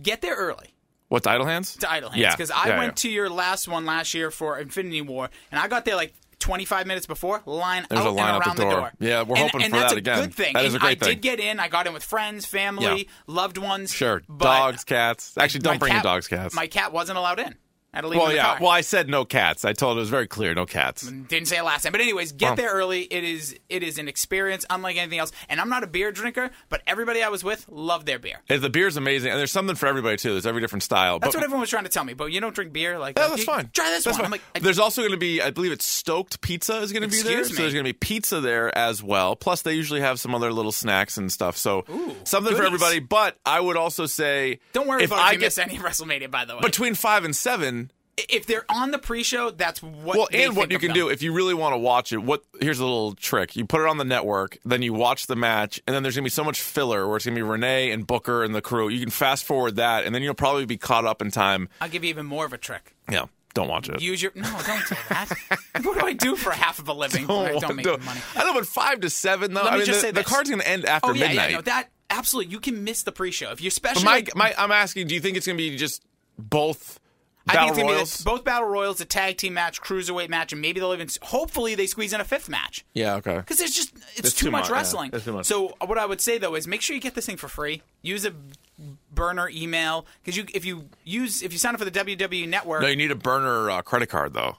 [SPEAKER 3] Get there early
[SPEAKER 2] What's Idle Hands?
[SPEAKER 3] to Idle Hands
[SPEAKER 2] Yeah.
[SPEAKER 3] because I
[SPEAKER 2] Yeah,
[SPEAKER 3] went
[SPEAKER 2] yeah.
[SPEAKER 3] to your last one last year for Infinity War, and I got there like. 25 minutes before, line
[SPEAKER 2] There's
[SPEAKER 3] out
[SPEAKER 2] a line out
[SPEAKER 3] and
[SPEAKER 2] the
[SPEAKER 3] around the
[SPEAKER 2] door.
[SPEAKER 3] door.
[SPEAKER 2] Yeah, we're
[SPEAKER 3] and,
[SPEAKER 2] hoping
[SPEAKER 3] and
[SPEAKER 2] for
[SPEAKER 3] that's
[SPEAKER 2] that
[SPEAKER 3] a
[SPEAKER 2] again.
[SPEAKER 3] Good thing.
[SPEAKER 2] That is
[SPEAKER 3] And
[SPEAKER 2] a great
[SPEAKER 3] I
[SPEAKER 2] thing.
[SPEAKER 3] did get in. I got in with friends, family,
[SPEAKER 2] Yeah.
[SPEAKER 3] loved ones.
[SPEAKER 2] Sure.
[SPEAKER 3] but
[SPEAKER 2] Dogs, cats. Actually,
[SPEAKER 3] my
[SPEAKER 2] don't bring
[SPEAKER 3] cat-
[SPEAKER 2] your dogs, cats.
[SPEAKER 3] My cat wasn't allowed in. I had to leave him
[SPEAKER 2] well,
[SPEAKER 3] in the
[SPEAKER 2] yeah.
[SPEAKER 3] car. Mm.
[SPEAKER 2] Well, I said no cats. I told it was very clear, no cats.
[SPEAKER 3] Didn't say it last time, but anyways, get
[SPEAKER 2] Well.
[SPEAKER 3] there early. It is it is an experience unlike anything else. And I'm not a beer drinker, but everybody I was with loved their beer.
[SPEAKER 2] If the beer's amazing, and there's something for everybody too. There's every different style.
[SPEAKER 3] That's
[SPEAKER 2] but,
[SPEAKER 3] what everyone was trying to tell me. But you don't drink beer, like
[SPEAKER 2] Yeah,
[SPEAKER 3] like,
[SPEAKER 2] that's
[SPEAKER 3] you-
[SPEAKER 2] fine.
[SPEAKER 3] Try this
[SPEAKER 2] That's
[SPEAKER 3] one.
[SPEAKER 2] fine.
[SPEAKER 3] I'm like, I-
[SPEAKER 2] there's also going to be, I believe it's Stoked Pizza is going to be there.
[SPEAKER 3] Excuse
[SPEAKER 2] So
[SPEAKER 3] me.
[SPEAKER 2] there's going to be pizza there as well. Plus, they usually have some other little snacks and stuff. So
[SPEAKER 3] Ooh,
[SPEAKER 2] something for
[SPEAKER 3] goodies.
[SPEAKER 2] everybody. But I would also say,
[SPEAKER 3] don't worry
[SPEAKER 2] if
[SPEAKER 3] about
[SPEAKER 2] I
[SPEAKER 3] if you
[SPEAKER 2] get
[SPEAKER 3] miss any [laughs] WrestleMania. By the way,
[SPEAKER 2] between five and seven.
[SPEAKER 3] if they're on the pre-show, that's what.
[SPEAKER 2] Well,
[SPEAKER 3] they
[SPEAKER 2] and what
[SPEAKER 3] think
[SPEAKER 2] you
[SPEAKER 3] of
[SPEAKER 2] can
[SPEAKER 3] them.
[SPEAKER 2] do if you really want to watch it. What here's a little trick: you put it on the network, then you watch the match, and then there's gonna be so much filler where it's gonna be Renee and Booker and the crew. You can fast forward that, and then you'll probably be caught up in time.
[SPEAKER 3] I'll give you even more of a trick.
[SPEAKER 2] Yeah, don't watch it.
[SPEAKER 3] Use your no, don't do
[SPEAKER 2] [laughs]
[SPEAKER 3] that. what do I do for half of a living? I
[SPEAKER 2] want
[SPEAKER 3] don't make
[SPEAKER 2] to-
[SPEAKER 3] money.
[SPEAKER 2] I know, but five to seven though.
[SPEAKER 3] Let
[SPEAKER 2] I
[SPEAKER 3] me
[SPEAKER 2] mean,
[SPEAKER 3] just
[SPEAKER 2] the,
[SPEAKER 3] say
[SPEAKER 2] the
[SPEAKER 3] this.
[SPEAKER 2] card's gonna end after
[SPEAKER 3] Oh yeah,
[SPEAKER 2] midnight.
[SPEAKER 3] yeah, no, that absolutely. You can miss the pre-show if you're special.
[SPEAKER 2] but my, my, I'm asking, do you think it's gonna be just both
[SPEAKER 3] I think
[SPEAKER 2] battle
[SPEAKER 3] it's gonna
[SPEAKER 2] royals?
[SPEAKER 3] be the, both battle royals, a tag team match, cruiserweight match, and maybe they'll even hopefully they squeeze in a fifth match
[SPEAKER 2] yeah, okay.
[SPEAKER 3] because there's just it's,
[SPEAKER 2] It's
[SPEAKER 3] too,
[SPEAKER 2] too
[SPEAKER 3] much
[SPEAKER 2] much, yeah.
[SPEAKER 3] wrestling.
[SPEAKER 2] It's too much.
[SPEAKER 3] So what I would say though is make sure you get this thing for free. Use a burner email because you if you use if you sign up for the WWE network.
[SPEAKER 2] No, you need a burner uh, credit card though.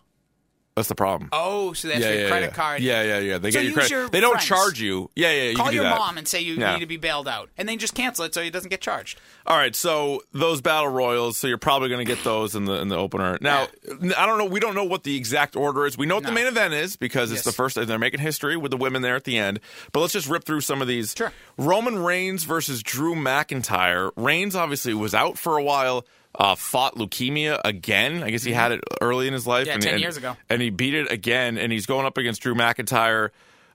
[SPEAKER 2] That's the problem.
[SPEAKER 3] oh, so that's
[SPEAKER 2] yeah,
[SPEAKER 3] your
[SPEAKER 2] yeah,
[SPEAKER 3] credit
[SPEAKER 2] yeah.
[SPEAKER 3] card.
[SPEAKER 2] Yeah, yeah, yeah. They
[SPEAKER 3] So
[SPEAKER 2] get your
[SPEAKER 3] use
[SPEAKER 2] credit.
[SPEAKER 3] your
[SPEAKER 2] they don't
[SPEAKER 3] friends.
[SPEAKER 2] charge you. Yeah, yeah. You
[SPEAKER 3] Call
[SPEAKER 2] can do
[SPEAKER 3] your
[SPEAKER 2] that.
[SPEAKER 3] mom and say you
[SPEAKER 2] Yeah.
[SPEAKER 3] need to be bailed out, and then just cancel it so it doesn't get charged.
[SPEAKER 2] All right, so those battle royals. So you're probably going to get those in the in the opener. Now, I don't know. We don't know what the exact order is. We know what the
[SPEAKER 3] No.
[SPEAKER 2] main event is because it's
[SPEAKER 3] Yes.
[SPEAKER 2] the first. and They're making history with the women there at the end. But let's just rip through some of these.
[SPEAKER 3] Sure.
[SPEAKER 2] Roman Reigns versus Drew McIntyre. Reigns obviously was out for a while. Uh, fought leukemia again. I guess he had it early in his life.
[SPEAKER 3] Mm-hmm. Yeah,
[SPEAKER 2] and,
[SPEAKER 3] 10
[SPEAKER 2] and-
[SPEAKER 3] years ago.
[SPEAKER 2] and he beat it again. And he's going up against Drew McIntyre.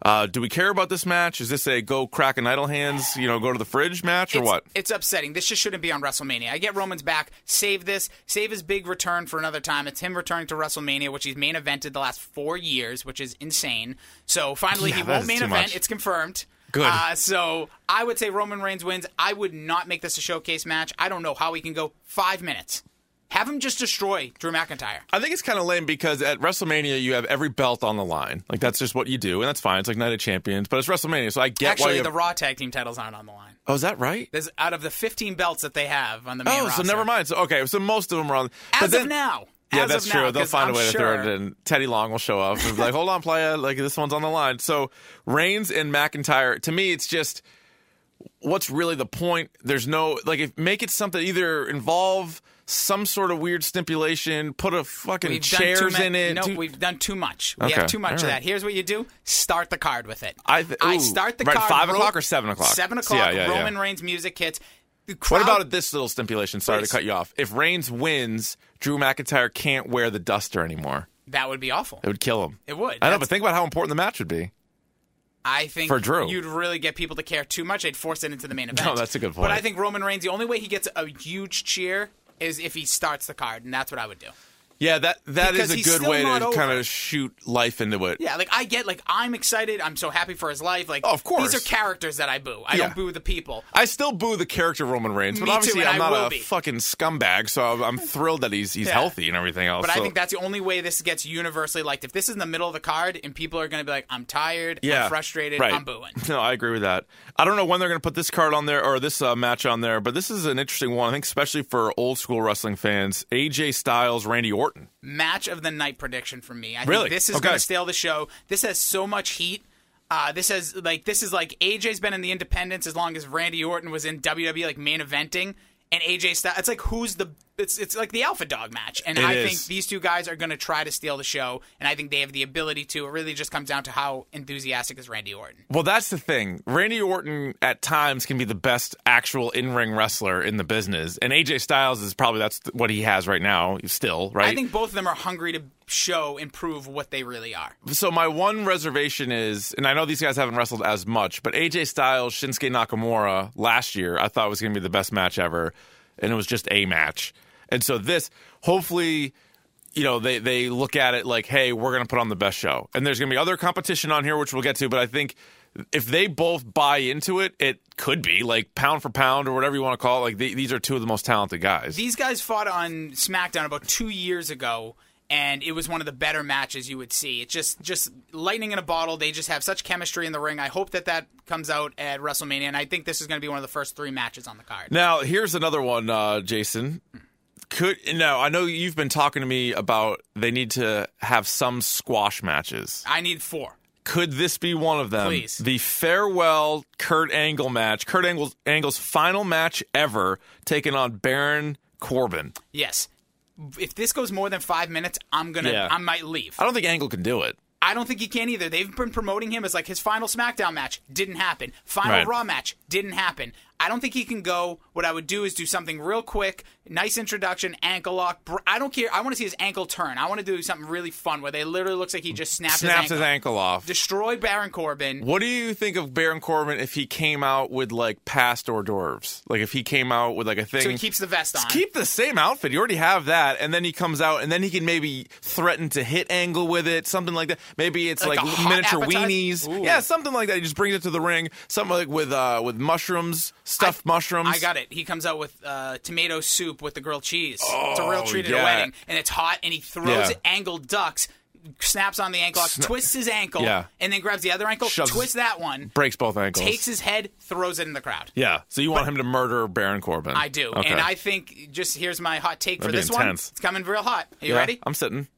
[SPEAKER 2] Uh, do we care about this match? Is this a go crack and idle hands? You know, go to the fridge match or
[SPEAKER 3] it's,
[SPEAKER 2] what?
[SPEAKER 3] It's upsetting. This just shouldn't be on WrestleMania. I get Roman's back. Save this. Save his big return for another time. It's him returning to WrestleMania, which he's main evented the last four years, which is insane. So finally, he
[SPEAKER 2] Yeah, that
[SPEAKER 3] won't
[SPEAKER 2] is
[SPEAKER 3] main
[SPEAKER 2] too
[SPEAKER 3] event.
[SPEAKER 2] much.
[SPEAKER 3] It's confirmed.
[SPEAKER 2] Good.
[SPEAKER 3] Uh, so I would say Roman Reigns wins. I would not make this a showcase match. I don't know how he can go five minutes. Have him just destroy Drew McIntyre.
[SPEAKER 2] I think it's kind of lame because at WrestleMania you have every belt on the line. Like that's just what you do, and that's fine. It's like Night of Champions, but it's WrestleMania, so I get why.
[SPEAKER 3] Actually,
[SPEAKER 2] You
[SPEAKER 3] the
[SPEAKER 2] have-
[SPEAKER 3] Raw tag team titles aren't on the line.
[SPEAKER 2] oh, is that right?
[SPEAKER 3] There's out of the 15 belts that they have on the main
[SPEAKER 2] Oh,
[SPEAKER 3] roster.
[SPEAKER 2] so never mind. So okay, so most of them are on.
[SPEAKER 3] As
[SPEAKER 2] but
[SPEAKER 3] of
[SPEAKER 2] then,
[SPEAKER 3] now.
[SPEAKER 2] Yeah,
[SPEAKER 3] As
[SPEAKER 2] that's
[SPEAKER 3] of
[SPEAKER 2] true.
[SPEAKER 3] now,
[SPEAKER 2] They'll
[SPEAKER 3] 'cause
[SPEAKER 2] find
[SPEAKER 3] I'm
[SPEAKER 2] a way to throw it
[SPEAKER 3] sure-
[SPEAKER 2] in. Teddy Long will show up and be like, "Hold on, playa, like this one's on the line." So Reigns and McIntyre, to me, it's just what's really the point? There's no like, if, make it something either involve some sort of weird stipulation, put a fucking
[SPEAKER 3] We've done too
[SPEAKER 2] chairs
[SPEAKER 3] ma-
[SPEAKER 2] in it.
[SPEAKER 3] No,
[SPEAKER 2] do-
[SPEAKER 3] we've done too much. We
[SPEAKER 2] Okay,
[SPEAKER 3] have too much of
[SPEAKER 2] all right.
[SPEAKER 3] that. Here's what you do: start the card with it.
[SPEAKER 2] I th- ooh,
[SPEAKER 3] start the
[SPEAKER 2] right,
[SPEAKER 3] card.
[SPEAKER 2] five
[SPEAKER 3] Ro-
[SPEAKER 2] o'clock or seven o'clock?
[SPEAKER 3] Seven
[SPEAKER 2] So,
[SPEAKER 3] o'clock.
[SPEAKER 2] yeah, yeah, yeah.
[SPEAKER 3] Roman Reigns music hits. The
[SPEAKER 2] What
[SPEAKER 3] crowd-
[SPEAKER 2] about this little stipulation? Sorry
[SPEAKER 3] Please.
[SPEAKER 2] to cut you off. If Reigns wins, Drew McIntyre can't wear the duster anymore.
[SPEAKER 3] That would be awful.
[SPEAKER 2] It would kill him.
[SPEAKER 3] It would.
[SPEAKER 2] I know,
[SPEAKER 3] That's-
[SPEAKER 2] but think about how important the match would be.
[SPEAKER 3] I think
[SPEAKER 2] For Drew.
[SPEAKER 3] you'd really get people to care too much. They'd force it into the main event.
[SPEAKER 2] that's a good
[SPEAKER 3] But
[SPEAKER 2] point.
[SPEAKER 3] I think Roman Reigns, the only way he gets a huge cheer is if he starts the card, and that's what I would do.
[SPEAKER 2] Yeah, that that
[SPEAKER 3] Because
[SPEAKER 2] is a
[SPEAKER 3] he's
[SPEAKER 2] good
[SPEAKER 3] still
[SPEAKER 2] way
[SPEAKER 3] not
[SPEAKER 2] to
[SPEAKER 3] over.
[SPEAKER 2] kind of shoot life into it.
[SPEAKER 3] Yeah, like I get, like I'm excited. I'm so happy for his life. Like,
[SPEAKER 2] Oh, of course.
[SPEAKER 3] these are characters that I boo. I
[SPEAKER 2] Yeah.
[SPEAKER 3] don't boo the people.
[SPEAKER 2] I still boo the character Roman Reigns, but
[SPEAKER 3] Me too,
[SPEAKER 2] obviously
[SPEAKER 3] and
[SPEAKER 2] I'm
[SPEAKER 3] I
[SPEAKER 2] not
[SPEAKER 3] will
[SPEAKER 2] a
[SPEAKER 3] be.
[SPEAKER 2] fucking scumbag, so I'm, I'm thrilled that he's he's
[SPEAKER 3] Yeah.
[SPEAKER 2] healthy and everything else.
[SPEAKER 3] But
[SPEAKER 2] so-
[SPEAKER 3] I think that's the only way this gets universally liked. If this is in the middle of the card and people are going to be like, I'm tired,
[SPEAKER 2] yeah,
[SPEAKER 3] I'm frustrated,
[SPEAKER 2] right.
[SPEAKER 3] I'm booing.
[SPEAKER 2] [laughs] No, I agree with that. I don't know when they're going to put this card on there or this uh, match on there, but this is an interesting one. I think especially for old school wrestling fans, AJ Styles, Randy Orton.
[SPEAKER 3] Match of the night prediction from me. I
[SPEAKER 2] Really?
[SPEAKER 3] think this is
[SPEAKER 2] Okay.
[SPEAKER 3] going to stale the show. This has so much heat. Uh, this has like this is like AJ's been in the independents as long as Randy Orton was in WWE like main eventing and AJ Styles. It's like who's the it's it's like the alpha dog match and
[SPEAKER 2] It
[SPEAKER 3] I
[SPEAKER 2] is.
[SPEAKER 3] think these two guys are going to try to steal the show and I think they have the ability to. It really just comes down to how enthusiastic is Randy Orton.
[SPEAKER 2] Well, that's the thing. Randy Orton at times can be the best actual in-ring wrestler in the business, and AJ Styles is probably that's what he has right now. Still, right?
[SPEAKER 3] I think both of them are hungry to show and prove what they really are.
[SPEAKER 2] so my one reservation is, and I know these guys haven't wrestled as much, but AJ Styles, Shinsuke Nakamura last year, I thought was going to be the best match ever, and it was just a match. And so this, hopefully, you know, they they look at it like, hey, we're going to put on the best show, and there's going to be other competition on here, which we'll get to. But I think if they both buy into it, it could be like pound for pound or whatever you want to call it. Like the- these are two of the most talented guys.
[SPEAKER 3] These guys fought on SmackDown about two years ago, and it was one of the better matches you would see. It's just just lightning in a bottle. They just have such chemistry in the ring. I hope that that comes out at WrestleMania, and I think this is going to be one of the first three matches on the card.
[SPEAKER 2] Now, here's another one, uh, Jason. Could now I know you've been talking to me about they need to have some squash matches.
[SPEAKER 3] I need four.
[SPEAKER 2] Could this be one of them?
[SPEAKER 3] Please.
[SPEAKER 2] The farewell Kurt Angle match, Kurt Angle's, Angle's final match ever, taking on Baron Corbin.
[SPEAKER 3] Yes. If this goes more than five minutes, I'm gonna.
[SPEAKER 2] Yeah.
[SPEAKER 3] I might leave.
[SPEAKER 2] I don't think Angle can do it.
[SPEAKER 3] I don't think he can either. They've been promoting him as like his final SmackDown match didn't happen. Final
[SPEAKER 2] Right.
[SPEAKER 3] Raw match didn't happen. I don't think he can go. What I would do is do something real quick, nice introduction, ankle lock. Br- I don't care. I want to see his ankle turn. I want to do something really fun where they literally looks like he just snapped
[SPEAKER 2] Snaps
[SPEAKER 3] his ankle.
[SPEAKER 2] his ankle off.
[SPEAKER 3] Destroy Baron Corbin.
[SPEAKER 2] What do you think of Baron Corbin if he came out with like past hors d'oeuvres? Like if he came out with like a thing.
[SPEAKER 3] So he keeps the vest on.
[SPEAKER 2] Just keep the same outfit. You already have that, and then he comes out, and then he can maybe threaten to hit Angle with it, something like that. Maybe it's
[SPEAKER 3] Like
[SPEAKER 2] like,
[SPEAKER 3] a hot
[SPEAKER 2] miniature
[SPEAKER 3] appetizer?
[SPEAKER 2] weenies,
[SPEAKER 3] Ooh.
[SPEAKER 2] yeah, something like that. He just brings it to the ring, something like with uh, with mushrooms, stuffed mushrooms.
[SPEAKER 3] I got it. He comes out with uh, tomato soup with the grilled cheese. it's a real treat at
[SPEAKER 2] Oh, yeah.
[SPEAKER 3] a wedding, and it's hot. And he throws
[SPEAKER 2] Yeah.
[SPEAKER 3] it, angle ducks, snaps on the ankle, lock, twists his ankle,
[SPEAKER 2] Yeah.
[SPEAKER 3] and then grabs the other ankle,
[SPEAKER 2] Shoves-
[SPEAKER 3] twists that one,
[SPEAKER 2] breaks both ankles.
[SPEAKER 3] takes his head, throws it in the crowd.
[SPEAKER 2] yeah, so you want him to murder Baron Corbin?
[SPEAKER 3] I do,
[SPEAKER 2] Okay.
[SPEAKER 3] and I think just here's my hot take
[SPEAKER 2] That'd
[SPEAKER 3] for
[SPEAKER 2] be
[SPEAKER 3] this
[SPEAKER 2] intense.
[SPEAKER 3] one. It's coming real hot. Are you
[SPEAKER 2] Yeah,
[SPEAKER 3] ready?
[SPEAKER 2] I'm sitting.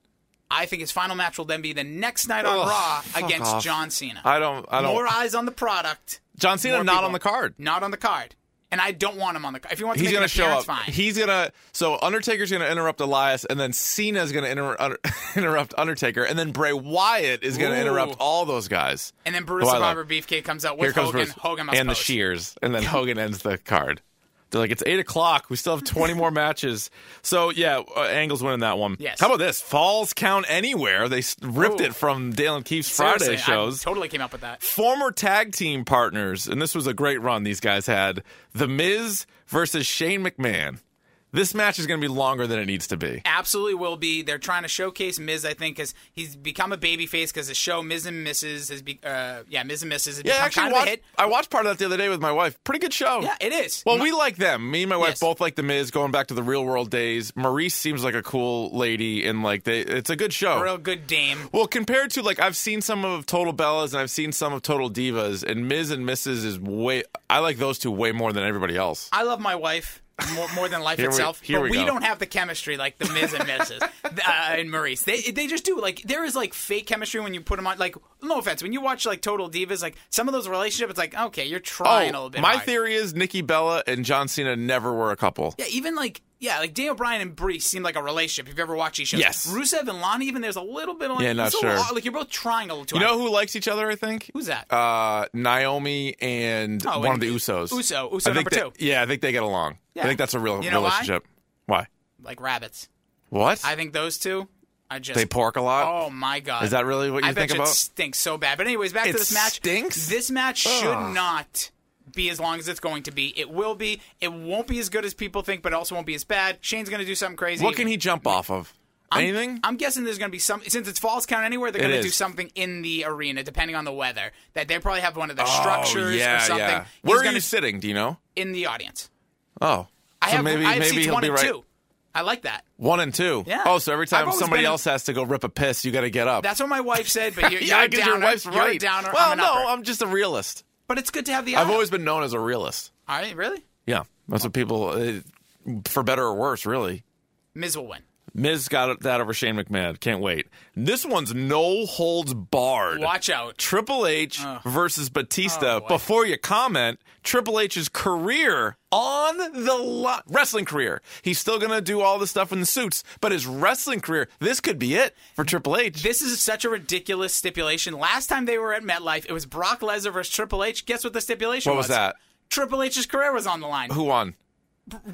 [SPEAKER 3] I think his final match will then be the next night on
[SPEAKER 2] Ugh,
[SPEAKER 3] Raw
[SPEAKER 2] fuck
[SPEAKER 3] against
[SPEAKER 2] off.
[SPEAKER 3] John Cena.
[SPEAKER 2] I don't. I don't.
[SPEAKER 3] More eyes on the product,
[SPEAKER 2] John Cena
[SPEAKER 3] more
[SPEAKER 2] not
[SPEAKER 3] people.
[SPEAKER 2] on the card.
[SPEAKER 3] not on the card, and I don't want him on the card. If you want,
[SPEAKER 2] He's
[SPEAKER 3] going
[SPEAKER 2] gonna
[SPEAKER 3] to
[SPEAKER 2] show up.
[SPEAKER 3] Fine.
[SPEAKER 2] He's gonna. So Undertaker's gonna interrupt Elias, and then Cena's gonna inter- under- [laughs] interrupt Undertaker, and then Bray Wyatt is gonna
[SPEAKER 3] Ooh.
[SPEAKER 2] interrupt all those guys.
[SPEAKER 3] And then
[SPEAKER 2] Who
[SPEAKER 3] Bruce
[SPEAKER 2] I love.
[SPEAKER 3] Barber Beefcake comes out with
[SPEAKER 2] Here comes
[SPEAKER 3] Hogan.
[SPEAKER 2] Bruce.
[SPEAKER 3] Hogan must
[SPEAKER 2] and the
[SPEAKER 3] post.
[SPEAKER 2] shears, and
[SPEAKER 3] [laughs]
[SPEAKER 2] then Hogan ends the card. They're like, it's eight o'clock. We still have twenty more matches. So yeah, uh, Angle's winning that one.
[SPEAKER 3] Yes.
[SPEAKER 2] How about this? Falls count anywhere. They s- ripped
[SPEAKER 3] Ooh.
[SPEAKER 2] it from Dalen Keefe's
[SPEAKER 3] Seriously,
[SPEAKER 2] Friday shows
[SPEAKER 3] I totally came up with that.
[SPEAKER 2] former tag team partners, and this was a great run these guys had The Miz versus Shane McMahon. This match is going to be longer than it needs to be.
[SPEAKER 3] Absolutely will be. They're trying to showcase Miz, I think, because he's become a babyface because his show Miz and Mrs. has be, uh, yeah, Miz and Mrs. has
[SPEAKER 2] Yeah,
[SPEAKER 3] become
[SPEAKER 2] actually,
[SPEAKER 3] kind of
[SPEAKER 2] watch-
[SPEAKER 3] a hit.
[SPEAKER 2] I watched part of that the other day with my wife. Pretty good show.
[SPEAKER 3] Yeah, it is.
[SPEAKER 2] Well, we like them. Me and my wife
[SPEAKER 3] Yes.
[SPEAKER 2] both like The Miz. Going back to the real world days, Maurice seems like a cool lady, and like they, it's a good show.
[SPEAKER 3] A real good dame.
[SPEAKER 2] Well, compared to like I've seen some of Total Bellas and I've seen some of Total Divas, and Miz and Mrs is way. I like those two way more than everybody else.
[SPEAKER 3] I love my wife more, more than life
[SPEAKER 2] Here we-
[SPEAKER 3] itself.
[SPEAKER 2] here
[SPEAKER 3] but
[SPEAKER 2] we
[SPEAKER 3] we,
[SPEAKER 2] go.
[SPEAKER 3] don't have the chemistry like the Miz and
[SPEAKER 2] [laughs]
[SPEAKER 3] Mrs. th- uh, and Maurice. They they just do like there is like fake chemistry when you put them on. Like no offense, when you watch like Total Divas, like some of those relationships, it's like okay, you're trying a little bit.
[SPEAKER 2] Oh, My
[SPEAKER 3] hard.
[SPEAKER 2] theory is Nikki Bella and John Cena never were a couple.
[SPEAKER 3] Yeah, even like yeah, like Daniel Bryan and Bree seem like a relationship. If you ever watched these shows,
[SPEAKER 2] Yes.
[SPEAKER 3] Rusev and Lana, even there's a little bit. Of,
[SPEAKER 2] Yeah, not
[SPEAKER 3] it's a
[SPEAKER 2] sure.
[SPEAKER 3] lot- like you're both trying a little too.
[SPEAKER 2] You know who likes each other? I think
[SPEAKER 3] Who's that?
[SPEAKER 2] Uh, Naomi and
[SPEAKER 3] Oh,
[SPEAKER 2] one of
[SPEAKER 3] and
[SPEAKER 2] the Usos.
[SPEAKER 3] Uso- Uso
[SPEAKER 2] I think
[SPEAKER 3] number
[SPEAKER 2] they-
[SPEAKER 3] two.
[SPEAKER 2] Yeah, I think they get along. I
[SPEAKER 3] Yeah.
[SPEAKER 2] think that's a real
[SPEAKER 3] You know why?
[SPEAKER 2] relationship. Why?
[SPEAKER 3] like rabbits.
[SPEAKER 2] What?
[SPEAKER 3] I think those two. I just
[SPEAKER 2] They pork a lot.
[SPEAKER 3] Oh my god!
[SPEAKER 2] Is that really what you
[SPEAKER 3] I bet
[SPEAKER 2] think about?
[SPEAKER 3] It stinks so bad. But anyways, back
[SPEAKER 2] It
[SPEAKER 3] to this match.
[SPEAKER 2] stinks?
[SPEAKER 3] This match
[SPEAKER 2] Ugh.
[SPEAKER 3] should not be as long as it's going to be. It will be. It won't be as good as people think, but it also won't be as bad. Shane's going to do something crazy.
[SPEAKER 2] What can he jump off of?
[SPEAKER 3] I'm-
[SPEAKER 2] Anything?
[SPEAKER 3] I'm guessing there's going to be some since it's falls count anywhere. They're
[SPEAKER 2] It
[SPEAKER 3] going to
[SPEAKER 2] is.
[SPEAKER 3] do something in the arena, depending on the weather. That they probably have one of the
[SPEAKER 2] Oh,
[SPEAKER 3] structures
[SPEAKER 2] yeah,
[SPEAKER 3] or something.
[SPEAKER 2] Yeah.
[SPEAKER 3] He's
[SPEAKER 2] Where are
[SPEAKER 3] gonna
[SPEAKER 2] you sitting? Do you know?
[SPEAKER 3] in the audience?
[SPEAKER 2] Oh,
[SPEAKER 3] I
[SPEAKER 2] so
[SPEAKER 3] have
[SPEAKER 2] maybe
[SPEAKER 3] I have
[SPEAKER 2] maybe
[SPEAKER 3] seats
[SPEAKER 2] he'll
[SPEAKER 3] one
[SPEAKER 2] be
[SPEAKER 3] and
[SPEAKER 2] right.
[SPEAKER 3] two. I like that.
[SPEAKER 2] One and two.
[SPEAKER 3] Yeah.
[SPEAKER 2] Oh, so every
[SPEAKER 3] I've
[SPEAKER 2] time
[SPEAKER 3] always
[SPEAKER 2] somebody
[SPEAKER 3] been-
[SPEAKER 2] else has to go rip a piss, you got to get up.
[SPEAKER 3] That's what my wife
[SPEAKER 2] [laughs]
[SPEAKER 3] said, but you're, you're
[SPEAKER 2] yeah,
[SPEAKER 3] a
[SPEAKER 2] 'cause
[SPEAKER 3] downer.
[SPEAKER 2] your wife's
[SPEAKER 3] you're
[SPEAKER 2] right.
[SPEAKER 3] a downer.
[SPEAKER 2] Well,
[SPEAKER 3] I'm an
[SPEAKER 2] no,
[SPEAKER 3] upper.
[SPEAKER 2] I'm just a realist.
[SPEAKER 3] but it's good to have the.
[SPEAKER 2] I've
[SPEAKER 3] eye.
[SPEAKER 2] always been known as a realist.
[SPEAKER 3] All right, really.
[SPEAKER 2] Yeah, that's what people, uh, for better or worse, really.
[SPEAKER 3] Miz will win.
[SPEAKER 2] Miz got that over Shane McMahon. Can't wait. This one's no holds barred.
[SPEAKER 3] Watch out. Uh.
[SPEAKER 2] Triple H versus Batista.
[SPEAKER 3] Oh, boy.
[SPEAKER 2] Before you comment, Triple H's career on the lo- wrestling career. He's still going to do all the stuff in the suits, but his wrestling career, this could be it for Triple H.
[SPEAKER 3] This is such a ridiculous stipulation. Last time they were at MetLife, it was Brock Lesnar versus Triple H. Guess what the stipulation
[SPEAKER 2] what was that?
[SPEAKER 3] Triple H's career was on the line.
[SPEAKER 2] Who won?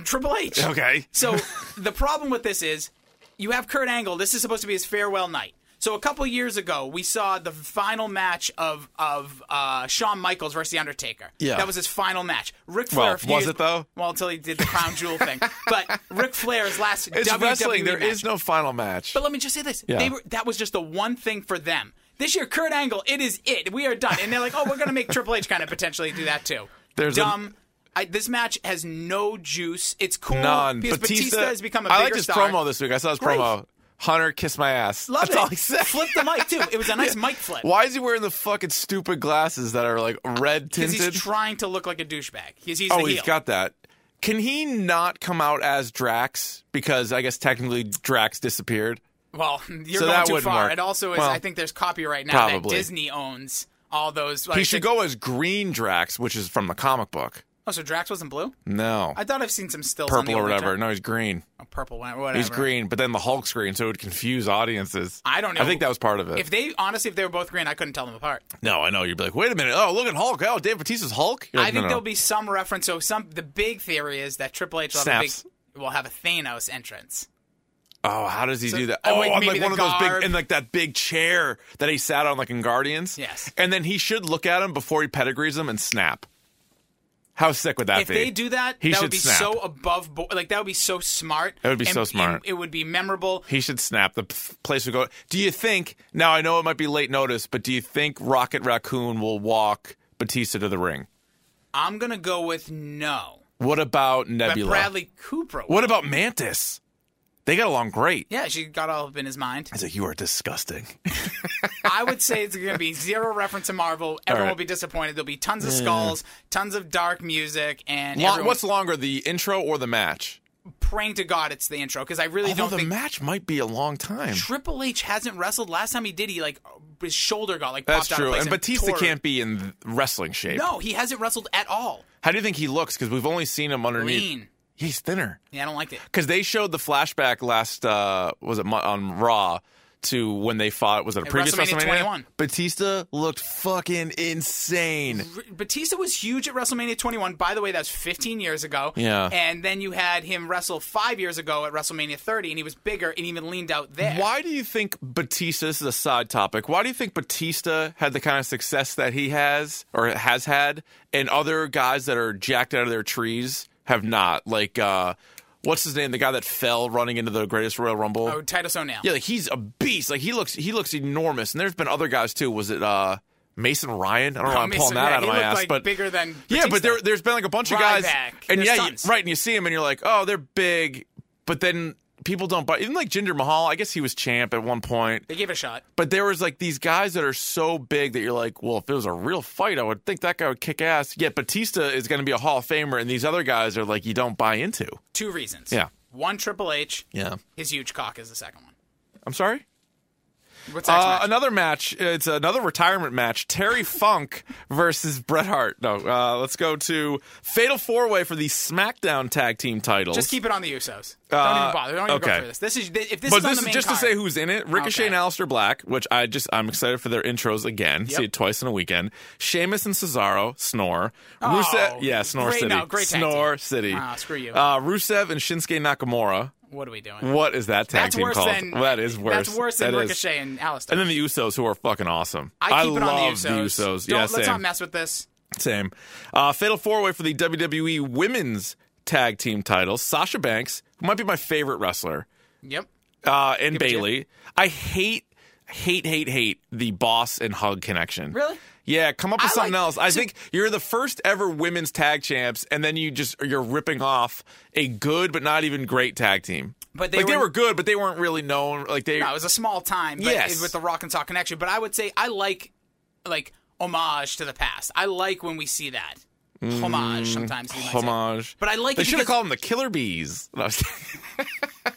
[SPEAKER 3] Triple H.
[SPEAKER 2] Okay.
[SPEAKER 3] So
[SPEAKER 2] [laughs]
[SPEAKER 3] the problem with this is you have Kurt Angle. This is supposed to be his farewell night. So a couple years ago, we saw the final match of of uh, Shawn Michaels versus The Undertaker.
[SPEAKER 2] Yeah.
[SPEAKER 3] that was his final match. Ric Flair.
[SPEAKER 2] Well,
[SPEAKER 3] a few
[SPEAKER 2] was
[SPEAKER 3] years-
[SPEAKER 2] it, though?
[SPEAKER 3] Well, until he did the crown
[SPEAKER 2] [laughs]
[SPEAKER 3] jewel thing. But Ric Flair's last
[SPEAKER 2] It's
[SPEAKER 3] WWE
[SPEAKER 2] wrestling. There is
[SPEAKER 3] E match.
[SPEAKER 2] no final match.
[SPEAKER 3] But let me just say this:
[SPEAKER 2] Yeah.
[SPEAKER 3] they were that was just the one thing for them. This year, Kurt Angle, it is it. We are done, and they're like, oh, we're gonna make Triple H kind of potentially do that too.
[SPEAKER 2] There's a-
[SPEAKER 3] dumb. I, this match has no juice. It's cool
[SPEAKER 2] None.
[SPEAKER 3] because Batista, has become a
[SPEAKER 2] I
[SPEAKER 3] bigger
[SPEAKER 2] liked his
[SPEAKER 3] star.
[SPEAKER 2] promo this week. I saw his
[SPEAKER 3] Great.
[SPEAKER 2] promo. Hunter, kiss my ass.
[SPEAKER 3] Love
[SPEAKER 2] That's
[SPEAKER 3] it.
[SPEAKER 2] all he said.
[SPEAKER 3] Flip the mic too.
[SPEAKER 2] [laughs]
[SPEAKER 3] It was a nice mic flip.
[SPEAKER 2] Why is he wearing the fucking stupid glasses that are like red
[SPEAKER 3] Because
[SPEAKER 2] tinted?
[SPEAKER 3] he's trying to look like a douchebag. He's, he's
[SPEAKER 2] oh,
[SPEAKER 3] the
[SPEAKER 2] he's
[SPEAKER 3] heel.
[SPEAKER 2] got that. Can he not come out as Drax? Because I guess technically Drax disappeared.
[SPEAKER 3] well, [laughs] you're
[SPEAKER 2] So
[SPEAKER 3] going
[SPEAKER 2] that
[SPEAKER 3] too
[SPEAKER 2] wouldn't
[SPEAKER 3] far.
[SPEAKER 2] work.
[SPEAKER 3] It also is.
[SPEAKER 2] Well,
[SPEAKER 3] I think there's copyright now
[SPEAKER 2] probably.
[SPEAKER 3] that Disney owns all those. Like,
[SPEAKER 2] he should go as Green Drax, which is from the comic book.
[SPEAKER 3] Oh, so Drax wasn't blue.
[SPEAKER 2] No,
[SPEAKER 3] I thought I've seen some stills. on the
[SPEAKER 2] purple or
[SPEAKER 3] old
[SPEAKER 2] whatever.
[SPEAKER 3] Drax-
[SPEAKER 2] No, he's green.
[SPEAKER 3] Oh, purple. Whatever.
[SPEAKER 2] He's green, but then the Hulk's green, so it would confuse audiences.
[SPEAKER 3] I don't know.
[SPEAKER 2] I think that was part of it.
[SPEAKER 3] If they honestly, if they were both green, I couldn't tell them apart.
[SPEAKER 2] no, I know. You'd be like, wait a minute. Oh, look at Hulk. Oh, Dave Bautista's Hulk. You're
[SPEAKER 3] I
[SPEAKER 2] like, no,
[SPEAKER 3] think
[SPEAKER 2] no.
[SPEAKER 3] there'll be some reference. So some the big theory is that Triple H will have, a big,
[SPEAKER 2] Snaps.
[SPEAKER 3] will have a Thanos entrance.
[SPEAKER 2] Oh, how does he do that?
[SPEAKER 3] uh,
[SPEAKER 2] Oh,
[SPEAKER 3] like,
[SPEAKER 2] on
[SPEAKER 3] maybe
[SPEAKER 2] like
[SPEAKER 3] the
[SPEAKER 2] one of those
[SPEAKER 3] garb.
[SPEAKER 2] big, in like that big chair that he sat on, like in Guardians.
[SPEAKER 3] Yes.
[SPEAKER 2] And then he should look at him before he pedigrees him and snap. How sick would that
[SPEAKER 3] If
[SPEAKER 2] be?
[SPEAKER 3] they do that,
[SPEAKER 2] he
[SPEAKER 3] that
[SPEAKER 2] should
[SPEAKER 3] would be
[SPEAKER 2] snap.
[SPEAKER 3] so above board. Like that would be so smart.
[SPEAKER 2] That would be
[SPEAKER 3] and-
[SPEAKER 2] so smart.
[SPEAKER 3] and it would be memorable.
[SPEAKER 2] he should snap. The p- place would go. Do you think? Now I know it might be late notice, but do you think Rocket Raccoon will walk Batista to the ring?
[SPEAKER 3] I'm gonna go with no.
[SPEAKER 2] What about
[SPEAKER 3] But
[SPEAKER 2] Nebula?
[SPEAKER 3] Bradley Cooper.
[SPEAKER 2] What about Mantis? They got along great.
[SPEAKER 3] Yeah, she got all up in
[SPEAKER 2] [laughs]
[SPEAKER 3] his mind.
[SPEAKER 2] I was like, you are
[SPEAKER 3] [laughs]
[SPEAKER 2] disgusting.
[SPEAKER 3] I would say it's going to be zero reference to Marvel. Everyone
[SPEAKER 2] right.
[SPEAKER 3] will be disappointed. There'll be tons of skulls, tons of dark music, and
[SPEAKER 2] Lo-
[SPEAKER 3] everyone-
[SPEAKER 2] what's longer, the intro or the match?
[SPEAKER 3] praying to God it's the intro because I really
[SPEAKER 2] Although
[SPEAKER 3] don't
[SPEAKER 2] the
[SPEAKER 3] think
[SPEAKER 2] match might be a long time.
[SPEAKER 3] Triple H hasn't wrestled. Last time he did, he like his shoulder got like
[SPEAKER 2] That's
[SPEAKER 3] popped out
[SPEAKER 2] true.
[SPEAKER 3] of place
[SPEAKER 2] And Batista
[SPEAKER 3] tore-
[SPEAKER 2] can't be in wrestling shape.
[SPEAKER 3] No, he hasn't wrestled at all.
[SPEAKER 2] How do you think he looks? Because we've only seen him underneath.
[SPEAKER 3] Lean.
[SPEAKER 2] He's thinner.
[SPEAKER 3] Yeah, I don't like it.
[SPEAKER 2] Because they showed the flashback last, uh, was it Mo- on Raw to when they fought? Was it a
[SPEAKER 3] At
[SPEAKER 2] previous
[SPEAKER 3] WrestleMania
[SPEAKER 2] WrestleMania?
[SPEAKER 3] 21.
[SPEAKER 2] Batista looked fucking insane.
[SPEAKER 3] R- Batista was huge at WrestleMania 21. By the way, that was 15 years ago.
[SPEAKER 2] Yeah.
[SPEAKER 3] And then you had him wrestle five years ago at WrestleMania 30, and he was bigger and even leaned out there.
[SPEAKER 2] Why do you think Batista? This is a side topic. Why do you think Batista had the kind of success that he has or has had, and other guys that are jacked out of their trees have not? Like, uh, what's his name? The guy that fell running into the Greatest Royal Rumble.
[SPEAKER 3] Oh, Titus O'Neil.
[SPEAKER 2] Yeah, like he's a beast. Like he looks, he looks enormous. And there's been other guys too. Was it uh, Mason Ryan? I don't know. why I'm
[SPEAKER 3] Mason
[SPEAKER 2] pulling that
[SPEAKER 3] Ryan,
[SPEAKER 2] out of
[SPEAKER 3] he
[SPEAKER 2] my
[SPEAKER 3] looked,
[SPEAKER 2] ass,
[SPEAKER 3] like,
[SPEAKER 2] but
[SPEAKER 3] bigger than
[SPEAKER 2] yeah. But
[SPEAKER 3] Batista.
[SPEAKER 2] there, there's been like a bunch of guys,
[SPEAKER 3] Ryback.
[SPEAKER 2] and
[SPEAKER 3] There's
[SPEAKER 2] yeah, you-
[SPEAKER 3] tons.
[SPEAKER 2] right. And you see him, and you're like, oh, they're big, but then people don't buy. Even like Jinder Mahal, I guess he was champ at one point.
[SPEAKER 3] They gave it a shot.
[SPEAKER 2] But there was like these guys that are so big that you're like, well, if it was a real fight, I would think that guy would kick ass. Yet Batista is going to be a Hall of Famer, and these other guys are like, you don't buy into.
[SPEAKER 3] Two reasons.
[SPEAKER 2] Yeah.
[SPEAKER 3] One, Triple H.
[SPEAKER 2] Yeah,
[SPEAKER 3] His huge cock is the second one.
[SPEAKER 2] I'm sorry.
[SPEAKER 3] What's next
[SPEAKER 2] Uh,
[SPEAKER 3] match?
[SPEAKER 2] another match. It's another retirement match.
[SPEAKER 3] [laughs]
[SPEAKER 2] Terry Funk versus Bret Hart. No, uh, let's go to Fatal Four Way for the SmackDown Tag Team titles.
[SPEAKER 3] Just keep it on the Usos. Don't
[SPEAKER 2] Uh,
[SPEAKER 3] even bother. Don't even go
[SPEAKER 2] okay.
[SPEAKER 3] through this. This is if this
[SPEAKER 2] but
[SPEAKER 3] is
[SPEAKER 2] this
[SPEAKER 3] on the
[SPEAKER 2] is
[SPEAKER 3] main
[SPEAKER 2] just
[SPEAKER 3] card.
[SPEAKER 2] to say who's in it: Ricochet
[SPEAKER 3] Okay.
[SPEAKER 2] and Aleister Black, which I just I'm excited for their intros again. See it twice in a weekend. Sheamus and Cesaro, Snore. Rusev, yeah, Snore
[SPEAKER 3] Oh, great-
[SPEAKER 2] City,
[SPEAKER 3] no, great tag
[SPEAKER 2] Snore City.
[SPEAKER 3] Ah, screw you.
[SPEAKER 2] Uh, Rusev and Shinsuke Nakamura.
[SPEAKER 3] What are we doing?
[SPEAKER 2] What is that tag
[SPEAKER 3] That's
[SPEAKER 2] team
[SPEAKER 3] worse
[SPEAKER 2] called?
[SPEAKER 3] than-
[SPEAKER 2] Well, that is worse.
[SPEAKER 3] That's worse than
[SPEAKER 2] That is.
[SPEAKER 3] Ricochet and Alistair.
[SPEAKER 2] And then the Usos, who are fucking awesome.
[SPEAKER 3] I keep it
[SPEAKER 2] love
[SPEAKER 3] on the Usos.
[SPEAKER 2] Yeah,
[SPEAKER 3] Don't,
[SPEAKER 2] same.
[SPEAKER 3] let's not mess with this.
[SPEAKER 2] Same. Uh, fatal four way for the WWE Women's Tag Team titles. Sasha Banks, who might be my favorite wrestler,
[SPEAKER 3] Yep.
[SPEAKER 2] uh, and
[SPEAKER 3] it to you.
[SPEAKER 2] Bailey. I hate, hate, hate, hate the boss and hug connection.
[SPEAKER 3] Really?
[SPEAKER 2] Yeah, come up with
[SPEAKER 3] I
[SPEAKER 2] something
[SPEAKER 3] like-
[SPEAKER 2] else. I
[SPEAKER 3] so-
[SPEAKER 2] think you're the first ever women's tag champs, and then you just you're ripping off a good but not even great tag team.
[SPEAKER 3] But they
[SPEAKER 2] like, they
[SPEAKER 3] were-
[SPEAKER 2] were good, but they weren't really known. Like they
[SPEAKER 3] No, it was a small time, but
[SPEAKER 2] Yes.
[SPEAKER 3] it- with the Rock and Talk connection. But I would say I like like homage to the past. I like when we see that homage sometimes. you might say.
[SPEAKER 2] Mm. homage.
[SPEAKER 3] But I like
[SPEAKER 2] They
[SPEAKER 3] it
[SPEAKER 2] should have
[SPEAKER 3] because-
[SPEAKER 2] called them the Killer Bees. [laughs] No, I was kidding.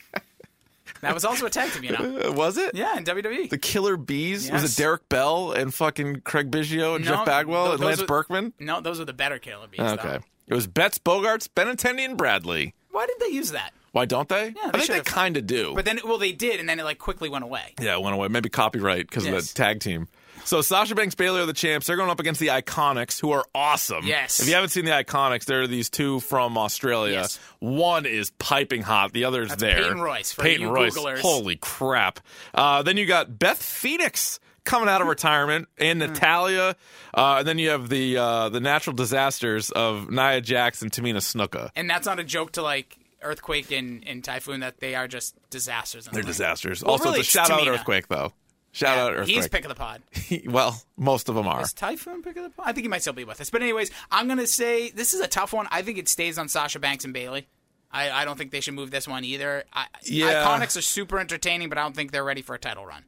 [SPEAKER 3] That was also a tag team, you
[SPEAKER 2] [laughs]
[SPEAKER 3] know.
[SPEAKER 2] was it?
[SPEAKER 3] Yeah, in E. WWE.
[SPEAKER 2] The Killer Bees was
[SPEAKER 3] Yes.
[SPEAKER 2] it Derek Bell and fucking Craig Biggio and
[SPEAKER 3] No,
[SPEAKER 2] Jeff Bagwell
[SPEAKER 3] th-
[SPEAKER 2] and
[SPEAKER 3] those
[SPEAKER 2] Lance
[SPEAKER 3] are-
[SPEAKER 2] Berkman?
[SPEAKER 3] no, those were the better Killer Bees.
[SPEAKER 2] Okay,
[SPEAKER 3] Though.
[SPEAKER 2] it was Betts Bogarts, Benintendi, and Bradley.
[SPEAKER 3] Why did they use that?
[SPEAKER 2] Why don't they? I
[SPEAKER 3] Yeah, they
[SPEAKER 2] think they
[SPEAKER 3] should've.
[SPEAKER 2] kind of do.
[SPEAKER 3] But then, well, they did, and then it like quickly went away.
[SPEAKER 2] yeah, it went away. Maybe copyright because of
[SPEAKER 3] Yes.
[SPEAKER 2] the tag team. So Sasha Banks Bailey are the champs. They're going up against the Iconics, who are awesome.
[SPEAKER 3] Yes.
[SPEAKER 2] If you haven't seen the Iconics, there are these two from Australia.
[SPEAKER 3] Yes.
[SPEAKER 2] One is piping hot. The other's there.
[SPEAKER 3] Peyton Royce for
[SPEAKER 2] Peyton
[SPEAKER 3] you
[SPEAKER 2] Royce.
[SPEAKER 3] Googlers.
[SPEAKER 2] Holy crap! Uh, then you got Beth Phoenix coming out of retirement, and
[SPEAKER 3] Hmm.
[SPEAKER 2] Natalia, uh, and then you have the uh, the natural disasters of Nia Jax and Tamina Snuka.
[SPEAKER 3] And that's not a joke to like earthquake and, and typhoon that they are just disasters. In the
[SPEAKER 2] They're
[SPEAKER 3] ring.
[SPEAKER 2] disasters.
[SPEAKER 3] Well,
[SPEAKER 2] also,
[SPEAKER 3] really,
[SPEAKER 2] the
[SPEAKER 3] it's
[SPEAKER 2] shout out
[SPEAKER 3] Tamina.
[SPEAKER 2] earthquake though. Shout out earthquake.
[SPEAKER 3] He's pick of the pod.
[SPEAKER 2] [laughs] well, most of them are.
[SPEAKER 3] Is Typhoon pick of the pod? I think he might still be with us. But anyways, I'm gonna say this is a tough one. I think it stays on Sasha Banks and Bailey. I, I don't think they should move this one either. I,
[SPEAKER 2] Yeah.
[SPEAKER 3] Iconics are super entertaining, but I don't think they're ready for a title run.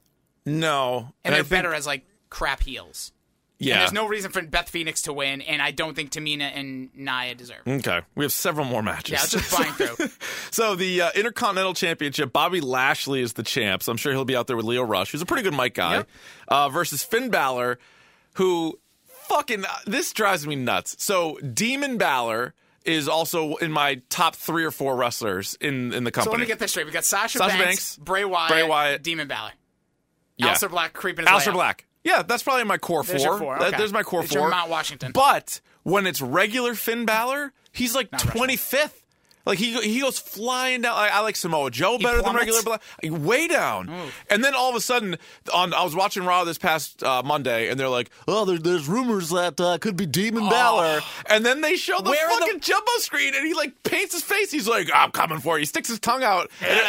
[SPEAKER 2] No,
[SPEAKER 3] And,
[SPEAKER 2] I
[SPEAKER 3] they're
[SPEAKER 2] think-
[SPEAKER 3] better as like crap heels.
[SPEAKER 2] Yeah.
[SPEAKER 3] And there's no reason for Beth Phoenix to win, and I don't think Tamina and Naya deserve. it.
[SPEAKER 2] Okay, we have several more matches.
[SPEAKER 3] Yeah, it's just flying through.
[SPEAKER 2] [laughs] So the uh, Intercontinental Championship, Bobby Lashley is the champ. So I'm sure he'll be out there with Leo Rush, who's a pretty good mic guy,
[SPEAKER 3] Yep.
[SPEAKER 2] uh, versus Finn Balor, who fucking uh, this drives me nuts. So Demon Balor is also in my top three or four wrestlers in in the
[SPEAKER 3] So
[SPEAKER 2] company.
[SPEAKER 3] let me get this straight. We got Sasha,
[SPEAKER 2] Sasha Banks,
[SPEAKER 3] Banks, Bray Wyatt,
[SPEAKER 2] Bray Wyatt.
[SPEAKER 3] Demon Balor,
[SPEAKER 2] yeah.
[SPEAKER 3] Alistair Black creeping. His way
[SPEAKER 2] Alistair
[SPEAKER 3] up.
[SPEAKER 2] Black. Yeah, that's probably my core
[SPEAKER 3] There's
[SPEAKER 2] four.
[SPEAKER 3] your four,
[SPEAKER 2] That-
[SPEAKER 3] okay.
[SPEAKER 2] there's my core
[SPEAKER 3] It's
[SPEAKER 2] four.
[SPEAKER 3] your Mount Washington.
[SPEAKER 2] But when it's regular Finn Balor, he's like
[SPEAKER 3] Rushmore.
[SPEAKER 2] twenty fifth. Like he he goes flying down. I, I like Samoa Joe better than
[SPEAKER 3] plummets?
[SPEAKER 2] regular Black. Way down. And then all of a sudden, on I was watching Raw this past uh, Monday, and they're like, "Oh, there, there's rumors that uh, it could be Demon Balor." And then they show the
[SPEAKER 3] Where are Oh. the-
[SPEAKER 2] fucking jumbo screen, and he like paints his face. He's like, "I'm coming for you." He sticks his tongue out, and,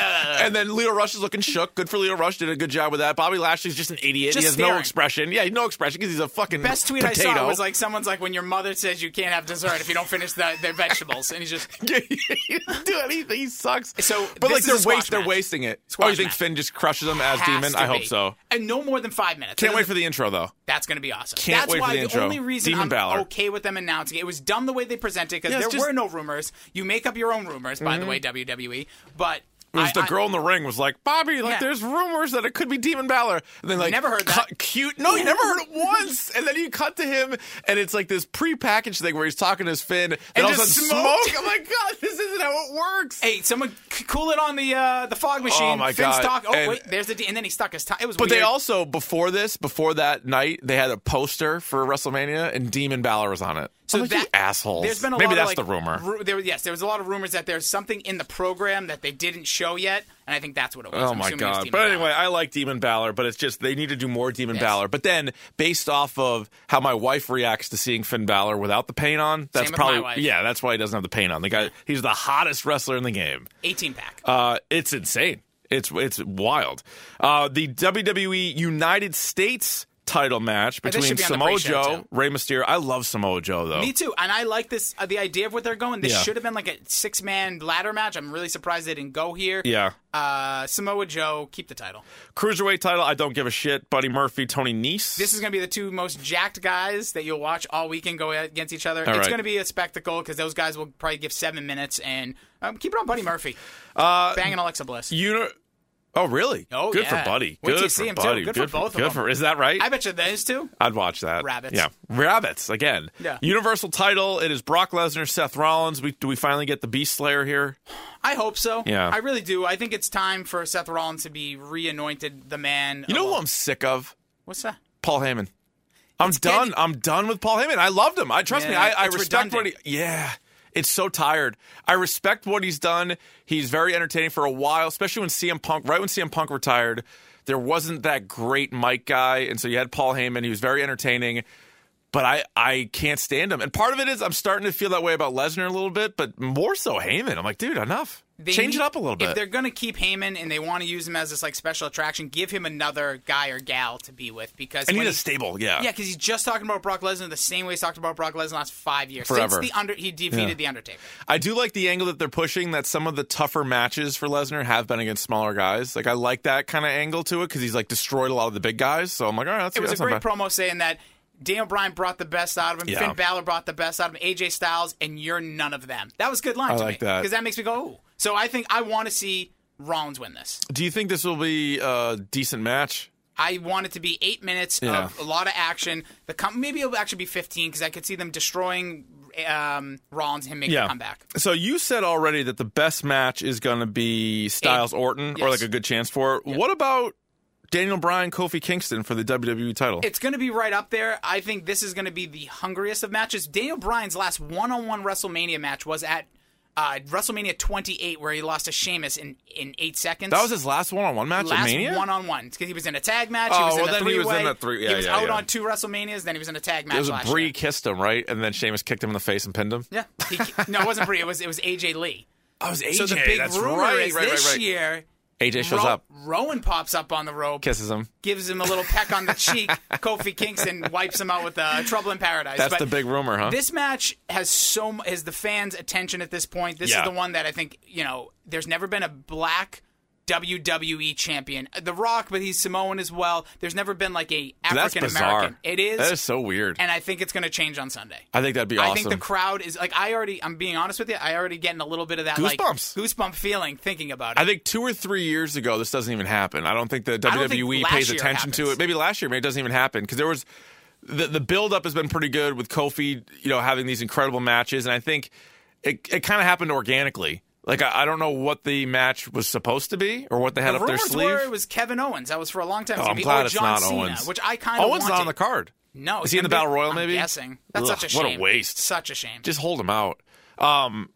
[SPEAKER 2] and then Leo Rush is looking shook. Good for Leo Rush. Did a good job with that. Bobby Lashley's just an idiot.
[SPEAKER 3] Just
[SPEAKER 2] he has no
[SPEAKER 3] staring.
[SPEAKER 2] expression. Yeah, no expression because he's a fucking
[SPEAKER 3] Best tweet
[SPEAKER 2] potato.
[SPEAKER 3] I saw
[SPEAKER 2] [laughs]
[SPEAKER 3] was like someone's like when your mother says you can't have dessert if you don't finish the, their vegetables, and he's just
[SPEAKER 2] he doesn't do anything. He sucks.
[SPEAKER 3] So
[SPEAKER 2] but like
[SPEAKER 3] this
[SPEAKER 2] they're
[SPEAKER 3] is a
[SPEAKER 2] waste,
[SPEAKER 3] squash
[SPEAKER 2] they're
[SPEAKER 3] match.
[SPEAKER 2] wasting it.
[SPEAKER 3] Squash
[SPEAKER 2] oh, you think
[SPEAKER 3] match.
[SPEAKER 2] Finn just crushes him as
[SPEAKER 3] has
[SPEAKER 2] Demon?
[SPEAKER 3] to
[SPEAKER 2] I hope
[SPEAKER 3] be.
[SPEAKER 2] so.
[SPEAKER 3] And no more than five minutes.
[SPEAKER 2] Can't wait for the intro though.
[SPEAKER 3] That's going to be awesome.
[SPEAKER 2] Can't
[SPEAKER 3] That's
[SPEAKER 2] wait for
[SPEAKER 3] why
[SPEAKER 2] the intro.
[SPEAKER 3] only reason
[SPEAKER 2] Demon
[SPEAKER 3] I'm
[SPEAKER 2] Balor.
[SPEAKER 3] okay with them announcing it, it was dumb the way they presented because
[SPEAKER 2] Yeah, it's
[SPEAKER 3] there
[SPEAKER 2] just- Mm-hmm.
[SPEAKER 3] were no rumors. You make up your own rumors, by the way, WWE. But
[SPEAKER 2] It was
[SPEAKER 3] I-
[SPEAKER 2] the
[SPEAKER 3] I-
[SPEAKER 2] girl in the ring was like, Bobby, like
[SPEAKER 3] Yeah.
[SPEAKER 2] there's rumors that it could be Demon Balor. And then like
[SPEAKER 3] Never heard
[SPEAKER 2] cut-
[SPEAKER 3] that.
[SPEAKER 2] cute. No, you never heard it once. And then you cut to him and it's like this pre-packaged thing where he's talking to his Finn and, all of a
[SPEAKER 3] just
[SPEAKER 2] sudden
[SPEAKER 3] smoked. [laughs] Oh
[SPEAKER 2] smoke. I'm like, God, this isn't how it works.
[SPEAKER 3] Hey, someone c- cool it on the uh, the fog machine.
[SPEAKER 2] Oh my
[SPEAKER 3] Finn's
[SPEAKER 2] God.
[SPEAKER 3] Talk. Oh
[SPEAKER 2] And-
[SPEAKER 3] wait, there's the D- and then he stuck his tongue. It was
[SPEAKER 2] But
[SPEAKER 3] weird.
[SPEAKER 2] they also before this, before that night, they had a poster for WrestleMania, and Demon Balor was on it. So like, you assholes.
[SPEAKER 3] There's been a
[SPEAKER 2] Maybe
[SPEAKER 3] lot
[SPEAKER 2] that's
[SPEAKER 3] of, like,
[SPEAKER 2] the rumor.
[SPEAKER 3] ru- there, yes, there was a lot of rumors that there's something in the program that they didn't show yet, and I think that's what it was.
[SPEAKER 2] Oh
[SPEAKER 3] I'm
[SPEAKER 2] my
[SPEAKER 3] assuming it was
[SPEAKER 2] god!
[SPEAKER 3] Demon
[SPEAKER 2] But
[SPEAKER 3] Balor.
[SPEAKER 2] anyway, I like Demon Balor, but it's just they need to do more Demon
[SPEAKER 3] Yes.
[SPEAKER 2] Balor. But then, based off of how my wife reacts to seeing Finn Balor without the paint on, that's
[SPEAKER 3] Same with
[SPEAKER 2] probably
[SPEAKER 3] my wife.
[SPEAKER 2] yeah, that's why he doesn't have the paint on. The guy, he's the hottest wrestler in the game.
[SPEAKER 3] 18 pack.
[SPEAKER 2] Uh, it's insane. It's it's wild. Uh, the WWE United States title match
[SPEAKER 3] this
[SPEAKER 2] between
[SPEAKER 3] should be on the
[SPEAKER 2] Samoa
[SPEAKER 3] pre-show,
[SPEAKER 2] Joe,
[SPEAKER 3] too.
[SPEAKER 2] Rey Mysterio. I love Samoa Joe though.
[SPEAKER 3] Me too. And I like this uh, the idea of what they're going. This
[SPEAKER 2] Oh. Yeah.
[SPEAKER 3] should have been like a six man ladder match. I'm really surprised they didn't go here.
[SPEAKER 2] Yeah.
[SPEAKER 3] Uh, Samoa Joe, keep the title.
[SPEAKER 2] Cruiserweight title, I don't give a shit. Buddy Murphy, Tony Nese.
[SPEAKER 3] This is going to be the two most jacked guys that you'll watch all weekend go against each other. it's
[SPEAKER 2] right.
[SPEAKER 3] going to be a spectacle because those guys will probably give seven minutes and um, keep it on Buddy Murphy. Uh, Banging Alexa Bliss.
[SPEAKER 2] Uni- oh, really?
[SPEAKER 3] Oh,
[SPEAKER 2] Good
[SPEAKER 3] yeah.
[SPEAKER 2] for Buddy.
[SPEAKER 3] Wait till
[SPEAKER 2] good
[SPEAKER 3] you
[SPEAKER 2] for
[SPEAKER 3] see him, too.
[SPEAKER 2] Buddy.
[SPEAKER 3] Good for both of
[SPEAKER 2] good
[SPEAKER 3] them.
[SPEAKER 2] For, is that right?
[SPEAKER 3] I bet you those two.
[SPEAKER 2] I'd watch that.
[SPEAKER 3] Rabbits.
[SPEAKER 2] Yeah. Rabbits, again.
[SPEAKER 3] Yeah.
[SPEAKER 2] Universal title. It is Brock Lesnar, Seth Rollins. We, do we finally get the Beast Slayer here?
[SPEAKER 3] I hope so.
[SPEAKER 2] Yeah.
[SPEAKER 3] I really do. I think it's time for Seth Rollins to be reanointed the man.
[SPEAKER 2] You know
[SPEAKER 3] of
[SPEAKER 2] who
[SPEAKER 3] all-
[SPEAKER 2] I'm sick of?
[SPEAKER 3] What's that?
[SPEAKER 2] Paul Heyman. I'm done.
[SPEAKER 3] getting-
[SPEAKER 2] I'm done with Paul Heyman. I loved him. I trust me.
[SPEAKER 3] Yeah,
[SPEAKER 2] I, I
[SPEAKER 3] it's
[SPEAKER 2] respect what he.
[SPEAKER 3] redundant.
[SPEAKER 2] Yeah. It's so tired. I respect what he's done. He's very entertaining for a while, especially when CM Punk, right when CM Punk retired, there wasn't that great mic guy. And so you had Paul Heyman. He was very entertaining but I, I can't stand him. And part of it is I'm starting to feel that way about Lesnar a little bit, but more so Heyman. I'm like, dude, enough.
[SPEAKER 3] They
[SPEAKER 2] Change
[SPEAKER 3] need-
[SPEAKER 2] it up a little
[SPEAKER 3] If
[SPEAKER 2] bit.
[SPEAKER 3] they're gonna keep Heyman and they want to use him as this like special attraction, give him another guy or gal to be with because
[SPEAKER 2] I
[SPEAKER 3] when
[SPEAKER 2] need a
[SPEAKER 3] he-
[SPEAKER 2] stable. Yeah.
[SPEAKER 3] Yeah, because he's just talking about Brock Lesnar the same way he's talked about Brock Lesnar the last five years.
[SPEAKER 2] Forever.
[SPEAKER 3] Since the under he defeated the Undertaker.
[SPEAKER 2] I do like the angle that they're pushing that some of the tougher matches for Lesnar have been against smaller guys. Like, I like that kind of angle to it because he's like destroyed a lot of the big guys. So I'm like, all right, that's
[SPEAKER 3] It was
[SPEAKER 2] that's
[SPEAKER 3] a
[SPEAKER 2] not
[SPEAKER 3] great
[SPEAKER 2] bad.
[SPEAKER 3] promo saying that Daniel Bryan brought the best out of him,
[SPEAKER 2] Yeah.
[SPEAKER 3] Finn Balor brought the best out of him, AJ Styles, and you're none of them. That was a good line
[SPEAKER 2] I
[SPEAKER 3] to
[SPEAKER 2] like
[SPEAKER 3] me.
[SPEAKER 2] that.
[SPEAKER 3] Because that makes me go, ooh. So I think I want to see Rollins win this.
[SPEAKER 2] Do you think this will be a decent match?
[SPEAKER 3] I want it to be eight minutes
[SPEAKER 2] Yeah.
[SPEAKER 3] of a lot of action. The com- maybe it'll actually be fifteen because I could see them destroying um, Rollins and him making a comeback.
[SPEAKER 2] So you said already that the best match is going to be Styles Orton, or
[SPEAKER 3] Yes.
[SPEAKER 2] like a good chance for it. What about Daniel Bryan, Kofi Kingston for the WWE title?
[SPEAKER 3] It's going to be right up there. I think this is going to be the hungriest of matches. Daniel Bryan's last one-on-one WrestleMania match was at uh, WrestleMania 28, where he lost to Sheamus in in eight seconds.
[SPEAKER 2] that was his last one-on-one match at
[SPEAKER 3] last
[SPEAKER 2] Mania.
[SPEAKER 3] one-on-one because he was in a tag match.
[SPEAKER 2] Oh,
[SPEAKER 3] he was in
[SPEAKER 2] well,
[SPEAKER 3] a
[SPEAKER 2] then
[SPEAKER 3] three-way.
[SPEAKER 2] he was in a three- yeah,
[SPEAKER 3] he was
[SPEAKER 2] yeah,
[SPEAKER 3] out
[SPEAKER 2] yeah.
[SPEAKER 3] on two WrestleManias. Then he was in a tag match.
[SPEAKER 2] it was
[SPEAKER 3] last
[SPEAKER 2] Brie
[SPEAKER 3] year.
[SPEAKER 2] kissed him right, and then Sheamus kicked him in the face and pinned him.
[SPEAKER 3] Yeah, he, no, it wasn't Brie. It was it was AJ Lee.
[SPEAKER 2] I was AJ.
[SPEAKER 3] So the big
[SPEAKER 2] that's
[SPEAKER 3] rumor
[SPEAKER 2] right,
[SPEAKER 3] is
[SPEAKER 2] right,
[SPEAKER 3] this
[SPEAKER 2] right, right.
[SPEAKER 3] year
[SPEAKER 2] AJ shows
[SPEAKER 3] Ro-
[SPEAKER 2] up,
[SPEAKER 3] Rowan pops up on the rope,
[SPEAKER 2] kisses him.
[SPEAKER 3] gives him a little peck
[SPEAKER 2] [laughs]
[SPEAKER 3] on the cheek. Kofi Kingston wipes him out with uh, Trouble in Paradise.
[SPEAKER 2] That's
[SPEAKER 3] but
[SPEAKER 2] the big rumor, huh?
[SPEAKER 3] This match has so mu- has the fans' attention at this point. This
[SPEAKER 2] Yeah.
[SPEAKER 3] is the one that I think you know. There's never been a black. WWE champion, The Rock, but he's Samoan as well. There's never been like a
[SPEAKER 2] that's
[SPEAKER 3] African American.
[SPEAKER 2] bizarre.
[SPEAKER 3] It is,
[SPEAKER 2] That is so weird.
[SPEAKER 3] and I think it's going to change on Sunday.
[SPEAKER 2] I think that'd be
[SPEAKER 3] I think
[SPEAKER 2] awesome.
[SPEAKER 3] the crowd is like I already. I'm being honest with you. I already getting a little bit of that like
[SPEAKER 2] Goosebumps.
[SPEAKER 3] goosebump feeling thinking about it.
[SPEAKER 2] I think two or three years ago, this doesn't even happen. I don't think the
[SPEAKER 3] don't think
[SPEAKER 2] WWE
[SPEAKER 3] last
[SPEAKER 2] E pays
[SPEAKER 3] year
[SPEAKER 2] attention to it.
[SPEAKER 3] happens.
[SPEAKER 2] Maybe last year, maybe it doesn't even happen because there was the the build up has been pretty good with Kofi, you know, having these incredible matches, and I think it it kind of happened organically. Like I, I don't know what the match was supposed to be or what they had
[SPEAKER 3] the
[SPEAKER 2] up their
[SPEAKER 3] rumors
[SPEAKER 2] sleeve.
[SPEAKER 3] were it was Kevin Owens. That was for a long time.
[SPEAKER 2] Oh,
[SPEAKER 3] It's gonna
[SPEAKER 2] I'm
[SPEAKER 3] be-
[SPEAKER 2] glad
[SPEAKER 3] or
[SPEAKER 2] it's
[SPEAKER 3] John
[SPEAKER 2] not
[SPEAKER 3] Cena,
[SPEAKER 2] Owens,
[SPEAKER 3] which I kind of
[SPEAKER 2] Owens not on the card.
[SPEAKER 3] No,
[SPEAKER 2] is
[SPEAKER 3] it's
[SPEAKER 2] he in the
[SPEAKER 3] gonna be-
[SPEAKER 2] Battle Royal?
[SPEAKER 3] I'm
[SPEAKER 2] Maybe
[SPEAKER 3] guessing. That's
[SPEAKER 2] Ugh,
[SPEAKER 3] such a shame.
[SPEAKER 2] What a waste.
[SPEAKER 3] Such a shame.
[SPEAKER 2] Just hold him out. Um,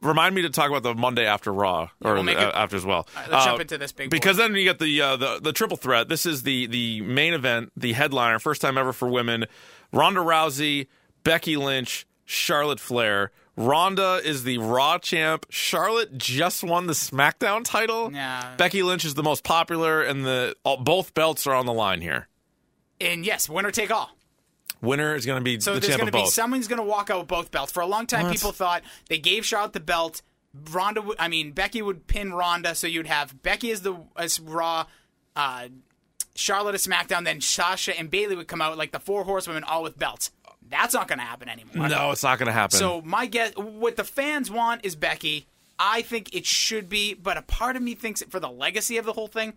[SPEAKER 2] remind me to talk about the Monday after Raw or
[SPEAKER 3] we'll make
[SPEAKER 2] the-
[SPEAKER 3] it-
[SPEAKER 2] after as well. Uh,
[SPEAKER 3] right, let's jump into this big boy.
[SPEAKER 2] because then you get the uh, the the triple threat. This is the the main event, the headliner, first time ever for women. Ronda Rousey, Becky Lynch, Charlotte Flair. Ronda is the Raw champ. Charlotte just won the SmackDown title.
[SPEAKER 3] Yeah.
[SPEAKER 2] Becky Lynch is the most popular, and the all, both belts are on the line here.
[SPEAKER 3] and yes, winner take all.
[SPEAKER 2] Winner is going to be
[SPEAKER 3] So
[SPEAKER 2] the
[SPEAKER 3] there's
[SPEAKER 2] champ
[SPEAKER 3] going
[SPEAKER 2] of
[SPEAKER 3] to be
[SPEAKER 2] both.
[SPEAKER 3] someone's going to walk out with both belts. For a long time, people thought they gave Charlotte the belt. Ronda, would- I mean Becky would pin Ronda, so you'd have Becky as the as Raw, uh, Charlotte as SmackDown, then Sasha and Bailey would come out like the four horsewomen, all with belts. That's not going to happen anymore.
[SPEAKER 2] no, it's not going to happen.
[SPEAKER 3] So my guess, what the fans want is Becky. I think it should be, but a part of me thinks for the legacy of the whole thing,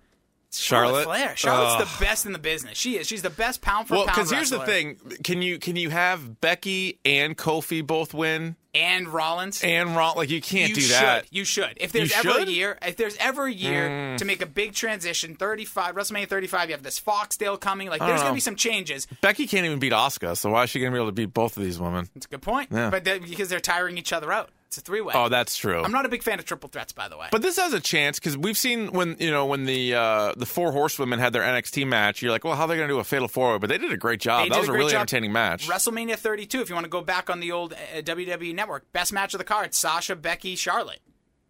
[SPEAKER 2] Charlotte, Uh,
[SPEAKER 3] Flair.
[SPEAKER 2] Ugh.
[SPEAKER 3] Charlotte's the best in the business. She is. She's the best pound for
[SPEAKER 2] Well,
[SPEAKER 3] pound.
[SPEAKER 2] because here's the
[SPEAKER 3] wrestler.
[SPEAKER 2] thing: can you can you have Becky and Kofi both win
[SPEAKER 3] and Rollins.
[SPEAKER 2] and Ron? Like you can't
[SPEAKER 3] you
[SPEAKER 2] do
[SPEAKER 3] should.
[SPEAKER 2] that.
[SPEAKER 3] You should. If there's
[SPEAKER 2] You
[SPEAKER 3] ever
[SPEAKER 2] should? Mm.
[SPEAKER 3] a year, if there's ever a year to make a big transition, 35 WrestleMania 35, you have this Foxdale coming. Like there's
[SPEAKER 2] know.
[SPEAKER 3] gonna be some changes.
[SPEAKER 2] Becky can't even beat Oscar, so why is she gonna be able to beat both of these women?
[SPEAKER 3] It's a good point.
[SPEAKER 2] Yeah.
[SPEAKER 3] But that, because they're tiring each other out, it's a three way.
[SPEAKER 2] Oh, that's true.
[SPEAKER 3] I'm not a big fan of triple threats, by the way.
[SPEAKER 2] but this has a chance because we've seen when you know when the uh, the four horsewomen had their NXT match, you're like, well, how are they gonna do a fatal four way? But they did a great job. oh,
[SPEAKER 3] They
[SPEAKER 2] that
[SPEAKER 3] did
[SPEAKER 2] was
[SPEAKER 3] a
[SPEAKER 2] a,
[SPEAKER 3] great
[SPEAKER 2] really
[SPEAKER 3] job.
[SPEAKER 2] entertaining match.
[SPEAKER 3] WrestleMania 32, if you want to go back on the old uh, WWE Network, best match of the card: Sasha, Becky, Charlotte.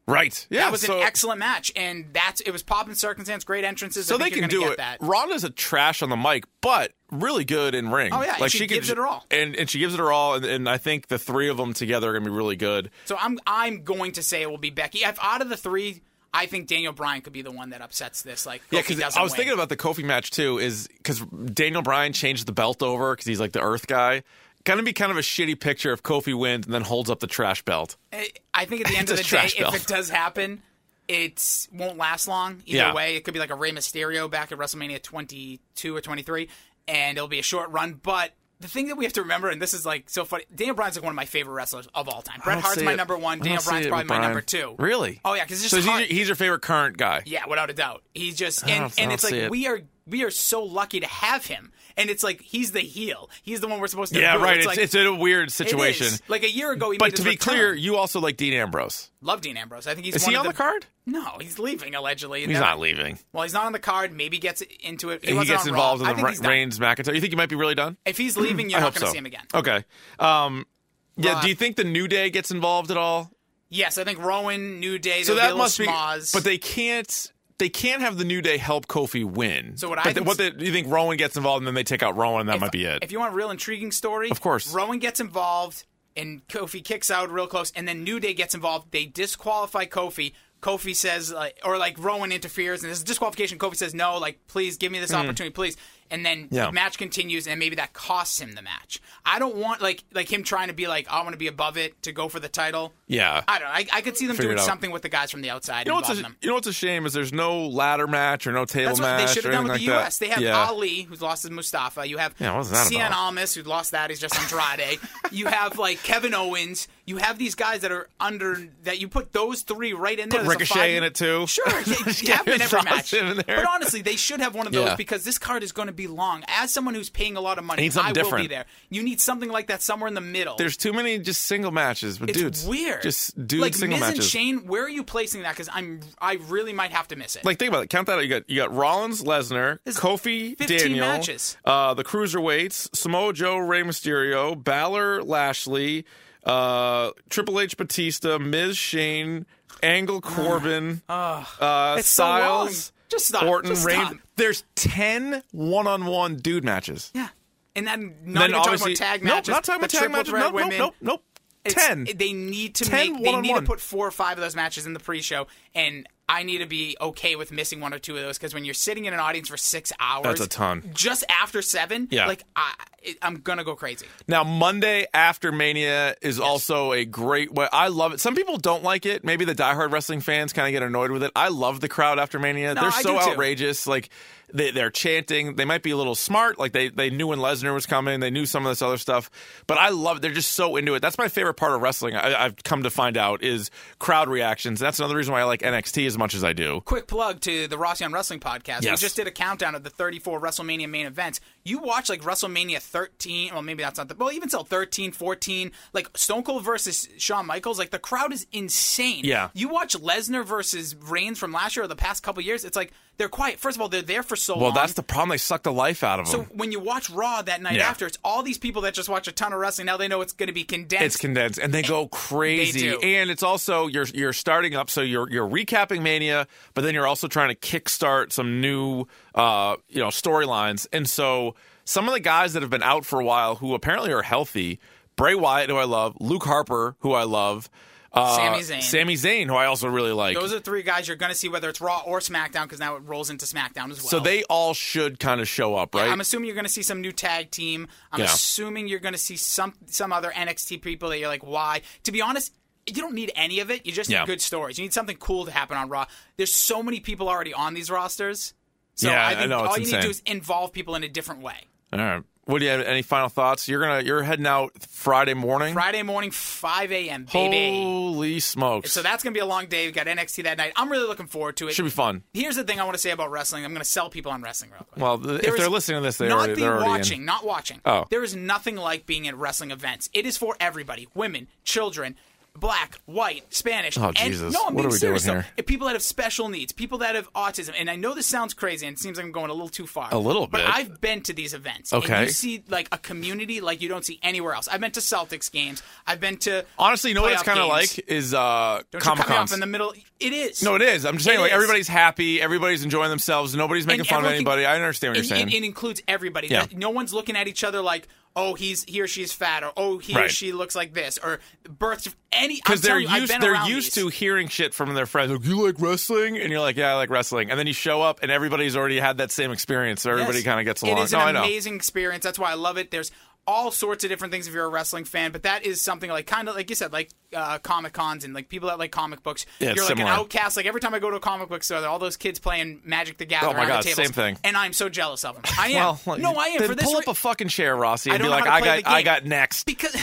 [SPEAKER 2] right? Yeah.
[SPEAKER 3] that was
[SPEAKER 2] so,
[SPEAKER 3] an excellent match, and that's it was popping circumstance, great entrances.
[SPEAKER 2] So
[SPEAKER 3] I
[SPEAKER 2] they
[SPEAKER 3] think
[SPEAKER 2] can
[SPEAKER 3] you're
[SPEAKER 2] do
[SPEAKER 3] gonna
[SPEAKER 2] it.
[SPEAKER 3] Get that.
[SPEAKER 2] Ronda's a trash on the mic, but really good in ring.
[SPEAKER 3] Oh, yeah, and she
[SPEAKER 2] can
[SPEAKER 3] gives
[SPEAKER 2] ju-
[SPEAKER 3] it her all.
[SPEAKER 2] and and she gives it her all, and, and I think the three of them together are gonna be really good.
[SPEAKER 3] So I'm I'm going to say it will be Becky. If out of the three, I think Daniel Bryan could be the one that upsets this. Like,
[SPEAKER 2] Yeah,
[SPEAKER 3] Kofi
[SPEAKER 2] because
[SPEAKER 3] doesn't
[SPEAKER 2] I was
[SPEAKER 3] win.
[SPEAKER 2] thinking about the Kofi match too. Is because Daniel Bryan changed the belt over because he's like the Earth guy. Gonna be kind of a shitty picture if Kofi wins and then holds up the trash belt.
[SPEAKER 3] I- I think at
[SPEAKER 2] [laughs]
[SPEAKER 3] the end of
[SPEAKER 2] It's
[SPEAKER 3] the
[SPEAKER 2] a
[SPEAKER 3] day,
[SPEAKER 2] trash belt.
[SPEAKER 3] if it does happen, it won't last long. Either
[SPEAKER 2] Yeah.
[SPEAKER 3] way, it could be like a Rey Mysterio back at WrestleMania 22 or 23, and it'll be a short run. But the thing that we have to remember, and this is like so funny, Daniel Bryan's like one of my favorite wrestlers of all time. Bret
[SPEAKER 2] don't
[SPEAKER 3] Hart's
[SPEAKER 2] see
[SPEAKER 3] my
[SPEAKER 2] it.
[SPEAKER 3] number one.
[SPEAKER 2] I don't
[SPEAKER 3] Daniel
[SPEAKER 2] see
[SPEAKER 3] Bryan's
[SPEAKER 2] it
[SPEAKER 3] probably
[SPEAKER 2] with
[SPEAKER 3] my
[SPEAKER 2] Bryan.
[SPEAKER 3] number two.
[SPEAKER 2] Really?
[SPEAKER 3] Oh yeah, because it's
[SPEAKER 2] So
[SPEAKER 3] just
[SPEAKER 2] he's your,
[SPEAKER 3] hard.
[SPEAKER 2] he's your favorite current guy.
[SPEAKER 3] yeah, without a doubt, he's just and,
[SPEAKER 2] don't- I
[SPEAKER 3] and
[SPEAKER 2] don't
[SPEAKER 3] it's like
[SPEAKER 2] see it.
[SPEAKER 3] we are we are so lucky to have him. And it's like he's the heel. He's the one we're supposed to.
[SPEAKER 2] Yeah,
[SPEAKER 3] boo.
[SPEAKER 2] right. It's,
[SPEAKER 3] like,
[SPEAKER 2] it's a weird
[SPEAKER 3] it
[SPEAKER 2] situation.
[SPEAKER 3] is. Like a year ago, he
[SPEAKER 2] But
[SPEAKER 3] made
[SPEAKER 2] to
[SPEAKER 3] his
[SPEAKER 2] be
[SPEAKER 3] return.
[SPEAKER 2] clear, you also like Dean Ambrose.
[SPEAKER 3] love Dean Ambrose. I think he's
[SPEAKER 2] Is
[SPEAKER 3] one
[SPEAKER 2] he
[SPEAKER 3] of
[SPEAKER 2] on the, card?
[SPEAKER 3] No, he's leaving allegedly.
[SPEAKER 2] He's not leaving.
[SPEAKER 3] Well, he's not on the card. Maybe gets into it. He,
[SPEAKER 2] he
[SPEAKER 3] wasn't
[SPEAKER 2] gets
[SPEAKER 3] on
[SPEAKER 2] involved
[SPEAKER 3] Raw. I
[SPEAKER 2] in the
[SPEAKER 3] think he's
[SPEAKER 2] Re-
[SPEAKER 3] done.
[SPEAKER 2] Reigns McIntyre. You think he might be really done?
[SPEAKER 3] If he's leaving, you're
[SPEAKER 2] I
[SPEAKER 3] not
[SPEAKER 2] hope
[SPEAKER 3] going to
[SPEAKER 2] so.
[SPEAKER 3] see him again. Uh,
[SPEAKER 2] Okay. Um, yeah.
[SPEAKER 3] Raw.
[SPEAKER 2] Do you think the New Day gets involved at all?
[SPEAKER 3] Yes, I think Rowan, New Day,
[SPEAKER 2] so
[SPEAKER 3] there'll
[SPEAKER 2] that
[SPEAKER 3] be a
[SPEAKER 2] must be.
[SPEAKER 3] little Smoz.
[SPEAKER 2] But they can't. They can't have the New Day help Kofi win.
[SPEAKER 3] So what I
[SPEAKER 2] But
[SPEAKER 3] think-
[SPEAKER 2] what they, you think Rowan gets involved and then they take out Rowan and that
[SPEAKER 3] if,
[SPEAKER 2] might be it.
[SPEAKER 3] If you want a real intriguing story,
[SPEAKER 2] Of course.
[SPEAKER 3] Rowan gets involved, and Kofi kicks out real close, and then New Day gets involved. They disqualify Kofi. Kofi says, like, or like Rowan interferes, and this is disqualification. Kofi says, "No, like please give me this opportunity, please." And then
[SPEAKER 2] Hmm. Yeah.
[SPEAKER 3] the match continues, and maybe that costs him the match. I don't want like like him trying to be like, "I want to be above it" to go for the title.
[SPEAKER 2] yeah.
[SPEAKER 3] I don't. know. I, I could see them
[SPEAKER 2] Figure it
[SPEAKER 3] doing
[SPEAKER 2] out.
[SPEAKER 3] something with the guys from the outside.
[SPEAKER 2] you know, what's
[SPEAKER 3] involving
[SPEAKER 2] a,
[SPEAKER 3] them.
[SPEAKER 2] you know what's a shame is there's no ladder match or no table
[SPEAKER 3] That's what
[SPEAKER 2] match.
[SPEAKER 3] they should have
[SPEAKER 2] or
[SPEAKER 3] done with the
[SPEAKER 2] anything like
[SPEAKER 3] U.S.
[SPEAKER 2] that.
[SPEAKER 3] They have
[SPEAKER 2] yeah.
[SPEAKER 3] Ali, who's lost his Mustafa. You have
[SPEAKER 2] Yeah, what was that
[SPEAKER 3] Cian
[SPEAKER 2] about?
[SPEAKER 3] Almas, who's lost that. He's just
[SPEAKER 2] [laughs]
[SPEAKER 3] Andrade. you have like Kevin Owens. You have these guys that are under that. You put those three right in there. There's a
[SPEAKER 2] Ricochet
[SPEAKER 3] five-
[SPEAKER 2] in it, too.
[SPEAKER 3] Sure,
[SPEAKER 2] [laughs]
[SPEAKER 3] yeah, you have them in every
[SPEAKER 2] Toss
[SPEAKER 3] match.
[SPEAKER 2] him in there.
[SPEAKER 3] But honestly, they should have one of those
[SPEAKER 2] Yeah.
[SPEAKER 3] because this card is going to be long. As someone who's paying a lot of money,
[SPEAKER 2] Need something
[SPEAKER 3] I will be
[SPEAKER 2] different.
[SPEAKER 3] there. You need something like that somewhere in the middle.
[SPEAKER 2] There's too many just single matches with
[SPEAKER 3] it's
[SPEAKER 2] dudes.
[SPEAKER 3] weird.
[SPEAKER 2] Just dude
[SPEAKER 3] like
[SPEAKER 2] single
[SPEAKER 3] Miz
[SPEAKER 2] matches.
[SPEAKER 3] and Shane. Where are you placing that? Because I'm I really might have to miss it.
[SPEAKER 2] like think about it. Count that out. You got you got Rollins, Lesnar,
[SPEAKER 3] There's
[SPEAKER 2] Kofi,
[SPEAKER 3] 15
[SPEAKER 2] Daniel,
[SPEAKER 3] matches.
[SPEAKER 2] Uh, the cruiserweights, Samoa Joe, Rey Mysterio, Balor, Lashley, uh, Triple H, Batista, Miz, Shane, Angle, Corbin, uh,
[SPEAKER 3] Ah. It's so long.
[SPEAKER 2] Styles,
[SPEAKER 3] Just stop.
[SPEAKER 2] Orton,
[SPEAKER 3] Just
[SPEAKER 2] Reigns.
[SPEAKER 3] stop.
[SPEAKER 2] There's 10 one-on-one dude matches.
[SPEAKER 3] Yeah. And then
[SPEAKER 2] And
[SPEAKER 3] not even talking about tag matches.
[SPEAKER 2] Nope, not talking
[SPEAKER 3] the
[SPEAKER 2] about tag
[SPEAKER 3] triple
[SPEAKER 2] matches.
[SPEAKER 3] threat
[SPEAKER 2] Nope, nope,
[SPEAKER 3] women.
[SPEAKER 2] nope, nope.
[SPEAKER 3] It's-
[SPEAKER 2] 10.
[SPEAKER 3] They need to
[SPEAKER 2] 10
[SPEAKER 3] make. They need to
[SPEAKER 2] one-on-one.
[SPEAKER 3] put four or five of those matches in the pre-show, and I need to be okay with missing one or two of those because when you're sitting in an audience for six hours,
[SPEAKER 2] That's a ton.
[SPEAKER 3] Just after seven,
[SPEAKER 2] Yeah.
[SPEAKER 3] Like I, it- I'm gonna go crazy.
[SPEAKER 2] Now Monday after Mania is also a great way. I love it. Some people don't like it. Maybe the diehard wrestling fans kind of get annoyed with it. I love the crowd after Mania.
[SPEAKER 3] No,
[SPEAKER 2] They're
[SPEAKER 3] I
[SPEAKER 2] so
[SPEAKER 3] do too.
[SPEAKER 2] outrageous. Like they, they're chanting. They might be a little smart. Like they they knew when Lesnar was coming. They knew some of this other stuff. But I love. They're just so into it. That's my favorite part of wrestling. I, I've come to find out is crowd reactions. That's another reason why I like NXT as much as I do.
[SPEAKER 3] Quick plug to the Rossi on Wrestling
[SPEAKER 2] Yes.
[SPEAKER 3] podcast. We just did a countdown of the 34 WrestleMania main events. You watch like WrestleMania 13, well, maybe that's not the, well, even still 13, 14, like Stone Cold versus Shawn Michaels, like the crowd is insane.
[SPEAKER 2] Yeah.
[SPEAKER 3] You watch Lesnar versus Reigns from last year or the past couple years, it's like they're quiet. First of all, they're there for so
[SPEAKER 2] Well,
[SPEAKER 3] long.
[SPEAKER 2] that's the problem. They suck the life out of them.
[SPEAKER 3] So when you watch Raw that night
[SPEAKER 2] Yeah.
[SPEAKER 3] after, it's all these people that just watch a ton of wrestling. Now they know it's going to be condensed.
[SPEAKER 2] It's condensed, and they go crazy.
[SPEAKER 3] do.
[SPEAKER 2] And it's also you're you're starting up, so you're you're recapping Mania, but then you're also trying to kickstart some new uh, you know storylines. And so some of the guys that have been out for a while, who apparently are healthy, Bray Wyatt, who I love, Luke Harper, who I love, uh,
[SPEAKER 3] Sami Zayn.
[SPEAKER 2] Sami Zayn, who I also really like.
[SPEAKER 3] Those are the three guys you're going to see whether it's Raw or SmackDown because now it rolls into SmackDown as well.
[SPEAKER 2] so they all should kind of show up, right?
[SPEAKER 3] I'm assuming you're going to see some new tag team. I'm
[SPEAKER 2] Yeah.
[SPEAKER 3] assuming you're going to see some some other NXT people that you're like, why? To be honest, you don't need any of it. You just
[SPEAKER 2] Yeah.
[SPEAKER 3] need good stories. You need something cool to happen on Raw. There's so many people already on these rosters. So
[SPEAKER 2] Yeah,
[SPEAKER 3] I
[SPEAKER 2] I
[SPEAKER 3] think
[SPEAKER 2] know, it's
[SPEAKER 3] all you need to do is
[SPEAKER 2] insane.
[SPEAKER 3] involve people in a different way.
[SPEAKER 2] all right. What do you have? Any final thoughts? You're gonna you're heading out Friday morning.
[SPEAKER 3] Friday morning, 5 a.m. Baby.
[SPEAKER 2] Holy smokes!
[SPEAKER 3] So that's going to be a long day. We've got NXT that night. I'm really looking forward to it.
[SPEAKER 2] should be fun.
[SPEAKER 3] Here's the thing I want to say about wrestling. I'm going to sell people on wrestling real quick.
[SPEAKER 2] Well, th- if
[SPEAKER 3] is
[SPEAKER 2] they're listening to this, they
[SPEAKER 3] not
[SPEAKER 2] already-
[SPEAKER 3] the
[SPEAKER 2] they're already in.
[SPEAKER 3] watching, not watching.
[SPEAKER 2] Oh.
[SPEAKER 3] there is nothing like being at wrestling events. It is for everybody: women, children, black, white, Spanish.
[SPEAKER 2] Oh,
[SPEAKER 3] and,
[SPEAKER 2] Jesus.
[SPEAKER 3] No, I'm
[SPEAKER 2] What
[SPEAKER 3] being
[SPEAKER 2] are we
[SPEAKER 3] serious.
[SPEAKER 2] doing
[SPEAKER 3] though.
[SPEAKER 2] here?
[SPEAKER 3] People that have special needs, people that have autism, and I know this sounds crazy, and it seems like I'm going a little too far.
[SPEAKER 2] A little
[SPEAKER 3] But
[SPEAKER 2] bit.
[SPEAKER 3] I've been to these events.
[SPEAKER 2] Okay.
[SPEAKER 3] and you see like a community like you don't see anywhere else. I've been to Celtics games. I've been to
[SPEAKER 2] Honestly, you know what it's
[SPEAKER 3] playoff
[SPEAKER 2] kind of
[SPEAKER 3] games.
[SPEAKER 2] like is uh,
[SPEAKER 3] Don't you
[SPEAKER 2] Comic
[SPEAKER 3] come
[SPEAKER 2] Con.
[SPEAKER 3] up in the middle. It is.
[SPEAKER 2] no, it is. I'm just saying,
[SPEAKER 3] It
[SPEAKER 2] like
[SPEAKER 3] is.
[SPEAKER 2] everybody's happy, everybody's enjoying themselves, nobody's making
[SPEAKER 3] And
[SPEAKER 2] fun of
[SPEAKER 3] everyone can-
[SPEAKER 2] anybody. I understand what
[SPEAKER 3] it,
[SPEAKER 2] you're saying.
[SPEAKER 3] It, it includes everybody.
[SPEAKER 2] Yeah.
[SPEAKER 3] That- No one's looking at each other like, oh, he's he or she's fat, or oh, he or
[SPEAKER 2] Right.
[SPEAKER 3] she looks like this, or birth any.
[SPEAKER 2] because
[SPEAKER 3] Because
[SPEAKER 2] they're
[SPEAKER 3] you, I've
[SPEAKER 2] used
[SPEAKER 3] been
[SPEAKER 2] they're
[SPEAKER 3] around
[SPEAKER 2] used
[SPEAKER 3] these.
[SPEAKER 2] to hearing shit from their friends. Like, you like wrestling, and you're like, yeah, I like wrestling. And then you show up, and everybody's already had that same experience. So everybody
[SPEAKER 3] Yes.
[SPEAKER 2] kind of gets along.
[SPEAKER 3] It is
[SPEAKER 2] no, I
[SPEAKER 3] an
[SPEAKER 2] know.
[SPEAKER 3] amazing experience. That's why I love it. There's all sorts of different things if you're a wrestling fan, but that is something like kind of like you said, like uh, comic cons and like people that like comic books.
[SPEAKER 2] Yeah, it's
[SPEAKER 3] you're like
[SPEAKER 2] similar.
[SPEAKER 3] an outcast. Like every time I go to a comic book store, there are all those kids playing Magic the Gathering
[SPEAKER 2] Oh my
[SPEAKER 3] on
[SPEAKER 2] God,
[SPEAKER 3] the tables,
[SPEAKER 2] same thing.
[SPEAKER 3] And I'm so jealous of them.
[SPEAKER 2] [laughs]
[SPEAKER 3] I am.
[SPEAKER 2] Well,
[SPEAKER 3] no, I am.
[SPEAKER 2] Then
[SPEAKER 3] For this
[SPEAKER 2] pull up
[SPEAKER 3] re-
[SPEAKER 2] a fucking chair, Rossi,
[SPEAKER 3] I
[SPEAKER 2] and be
[SPEAKER 3] don't know
[SPEAKER 2] like,
[SPEAKER 3] how
[SPEAKER 2] I
[SPEAKER 3] to play
[SPEAKER 2] got,
[SPEAKER 3] the
[SPEAKER 2] I
[SPEAKER 3] game.
[SPEAKER 2] got next.
[SPEAKER 3] because.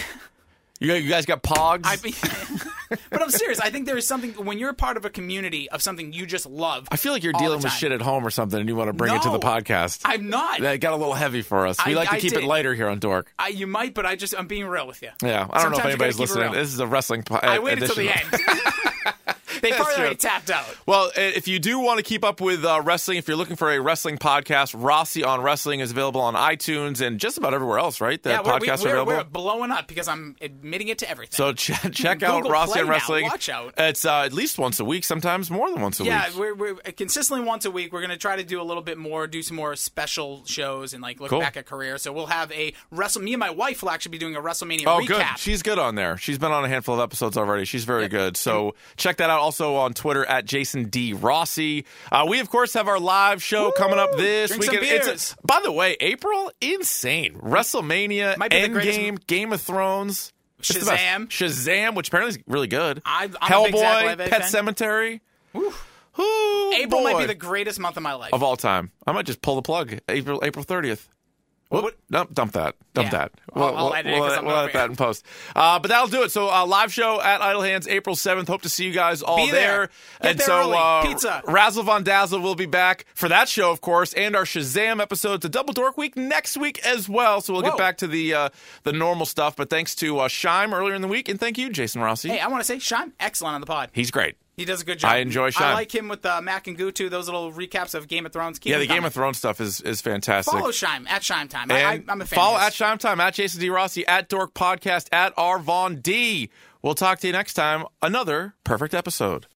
[SPEAKER 2] You, you guys got pogs.
[SPEAKER 3] I mean, [laughs] But I'm serious. I think there is something when you're a part of a community of something you just love.
[SPEAKER 2] I feel like you're
[SPEAKER 3] all the
[SPEAKER 2] dealing with
[SPEAKER 3] time.
[SPEAKER 2] shit at home or something, and you want to bring it to the
[SPEAKER 3] No,
[SPEAKER 2] podcast.
[SPEAKER 3] I'm not.
[SPEAKER 2] That got a little heavy for us. We
[SPEAKER 3] I-
[SPEAKER 2] like to
[SPEAKER 3] I
[SPEAKER 2] keep it
[SPEAKER 3] did.
[SPEAKER 2] lighter here on Dork.
[SPEAKER 3] I, you might, but I just I'm being real with you.
[SPEAKER 2] Yeah, I don't know
[SPEAKER 3] Sometimes
[SPEAKER 2] if
[SPEAKER 3] you
[SPEAKER 2] anybody's
[SPEAKER 3] gotta keep it
[SPEAKER 2] listening.
[SPEAKER 3] real.
[SPEAKER 2] This is a wrestling. Po-
[SPEAKER 3] I waited till the
[SPEAKER 2] edition.
[SPEAKER 3] end.
[SPEAKER 2] [laughs]
[SPEAKER 3] they probably
[SPEAKER 2] true.
[SPEAKER 3] already tapped out.
[SPEAKER 2] Well, i- if you do want to keep up with uh, wrestling, if you're looking for a wrestling podcast, Rossi on Wrestling is available on iTunes and just about everywhere else, right? The
[SPEAKER 3] yeah, we're, we-
[SPEAKER 2] podcasts are
[SPEAKER 3] we're,
[SPEAKER 2] available.
[SPEAKER 3] we're blowing up because I'm admitting it to everything.
[SPEAKER 2] so
[SPEAKER 3] [laughs]
[SPEAKER 2] ch- check out
[SPEAKER 3] Google
[SPEAKER 2] Rossi
[SPEAKER 3] Play
[SPEAKER 2] on
[SPEAKER 3] now.
[SPEAKER 2] Wrestling.
[SPEAKER 3] Watch out.
[SPEAKER 2] It's uh, at least once a week, sometimes more than once a
[SPEAKER 3] yeah,
[SPEAKER 2] week.
[SPEAKER 3] we're, we're consistently once a week. We're going to try to do a little bit more, do some more special shows, and like look
[SPEAKER 2] Cool.
[SPEAKER 3] back at career. So we'll have a wrestle. Me and my wife will actually be doing a WrestleMania
[SPEAKER 2] Oh,
[SPEAKER 3] recap.
[SPEAKER 2] good. She's good on there. She's been on a handful of episodes already. She's very good. So check that out also on Twitter at Jason D. Rossi. Uh, we, of course, have our live show coming up this
[SPEAKER 3] Drink some
[SPEAKER 2] weekend.
[SPEAKER 3] beers.
[SPEAKER 2] by the way, April, insane. WrestleMania,
[SPEAKER 3] Might be the greatest-
[SPEAKER 2] Endgame, Game of Thrones. It's the best.
[SPEAKER 3] Shazam.
[SPEAKER 2] Shazam, which apparently is really good.
[SPEAKER 3] I- I'm a big Zach
[SPEAKER 2] Hellboy,
[SPEAKER 3] Levy
[SPEAKER 2] Pet
[SPEAKER 3] fan.
[SPEAKER 2] Cemetery. Ooh,
[SPEAKER 3] April might be
[SPEAKER 2] boy.
[SPEAKER 3] the greatest month of my life.
[SPEAKER 2] of all time. I might just pull the plug. April April thirtieth.
[SPEAKER 3] What-
[SPEAKER 2] No, dump that. Dump
[SPEAKER 3] Yeah.
[SPEAKER 2] that.
[SPEAKER 3] I'll- I'll edit it 'cause I'm
[SPEAKER 2] we'll
[SPEAKER 3] over
[SPEAKER 2] edit
[SPEAKER 3] it.
[SPEAKER 2] that in post. Uh, but that'll do it. So uh, live show at Idle Hands, April seventh. Hope to see you guys all
[SPEAKER 3] Be there. Get
[SPEAKER 2] and
[SPEAKER 3] there
[SPEAKER 2] so
[SPEAKER 3] early.
[SPEAKER 2] Uh,
[SPEAKER 3] Pizza.
[SPEAKER 2] Razzle Von Dazzle will be back for that show, of course, and our Shazam episode. It's a double dork week next week as well. So we'll get
[SPEAKER 3] Whoa.
[SPEAKER 2] back to the uh, the normal stuff. But thanks to uh, Shime earlier in the week, and thank you, Jason Rossi.
[SPEAKER 3] hey, I want to say, Sean, excellent on the pod.
[SPEAKER 2] He's great.
[SPEAKER 3] He does a good job.
[SPEAKER 2] I enjoy Sean.
[SPEAKER 3] I like him with uh, Mac and Gutu. Those little recaps of Game of Thrones. Keep
[SPEAKER 2] Yeah,
[SPEAKER 3] them
[SPEAKER 2] the Game
[SPEAKER 3] coming.
[SPEAKER 2] of Thrones stuff is is fantastic.
[SPEAKER 3] Follow Shime at Shime Time. I, I,
[SPEAKER 2] And
[SPEAKER 3] I'm a fan.
[SPEAKER 2] Follow
[SPEAKER 3] of his.
[SPEAKER 2] at Shime Time, at Jason D. Rossi, at Dork Podcast, at R. Von D. We'll talk to you next time. Another perfect episode.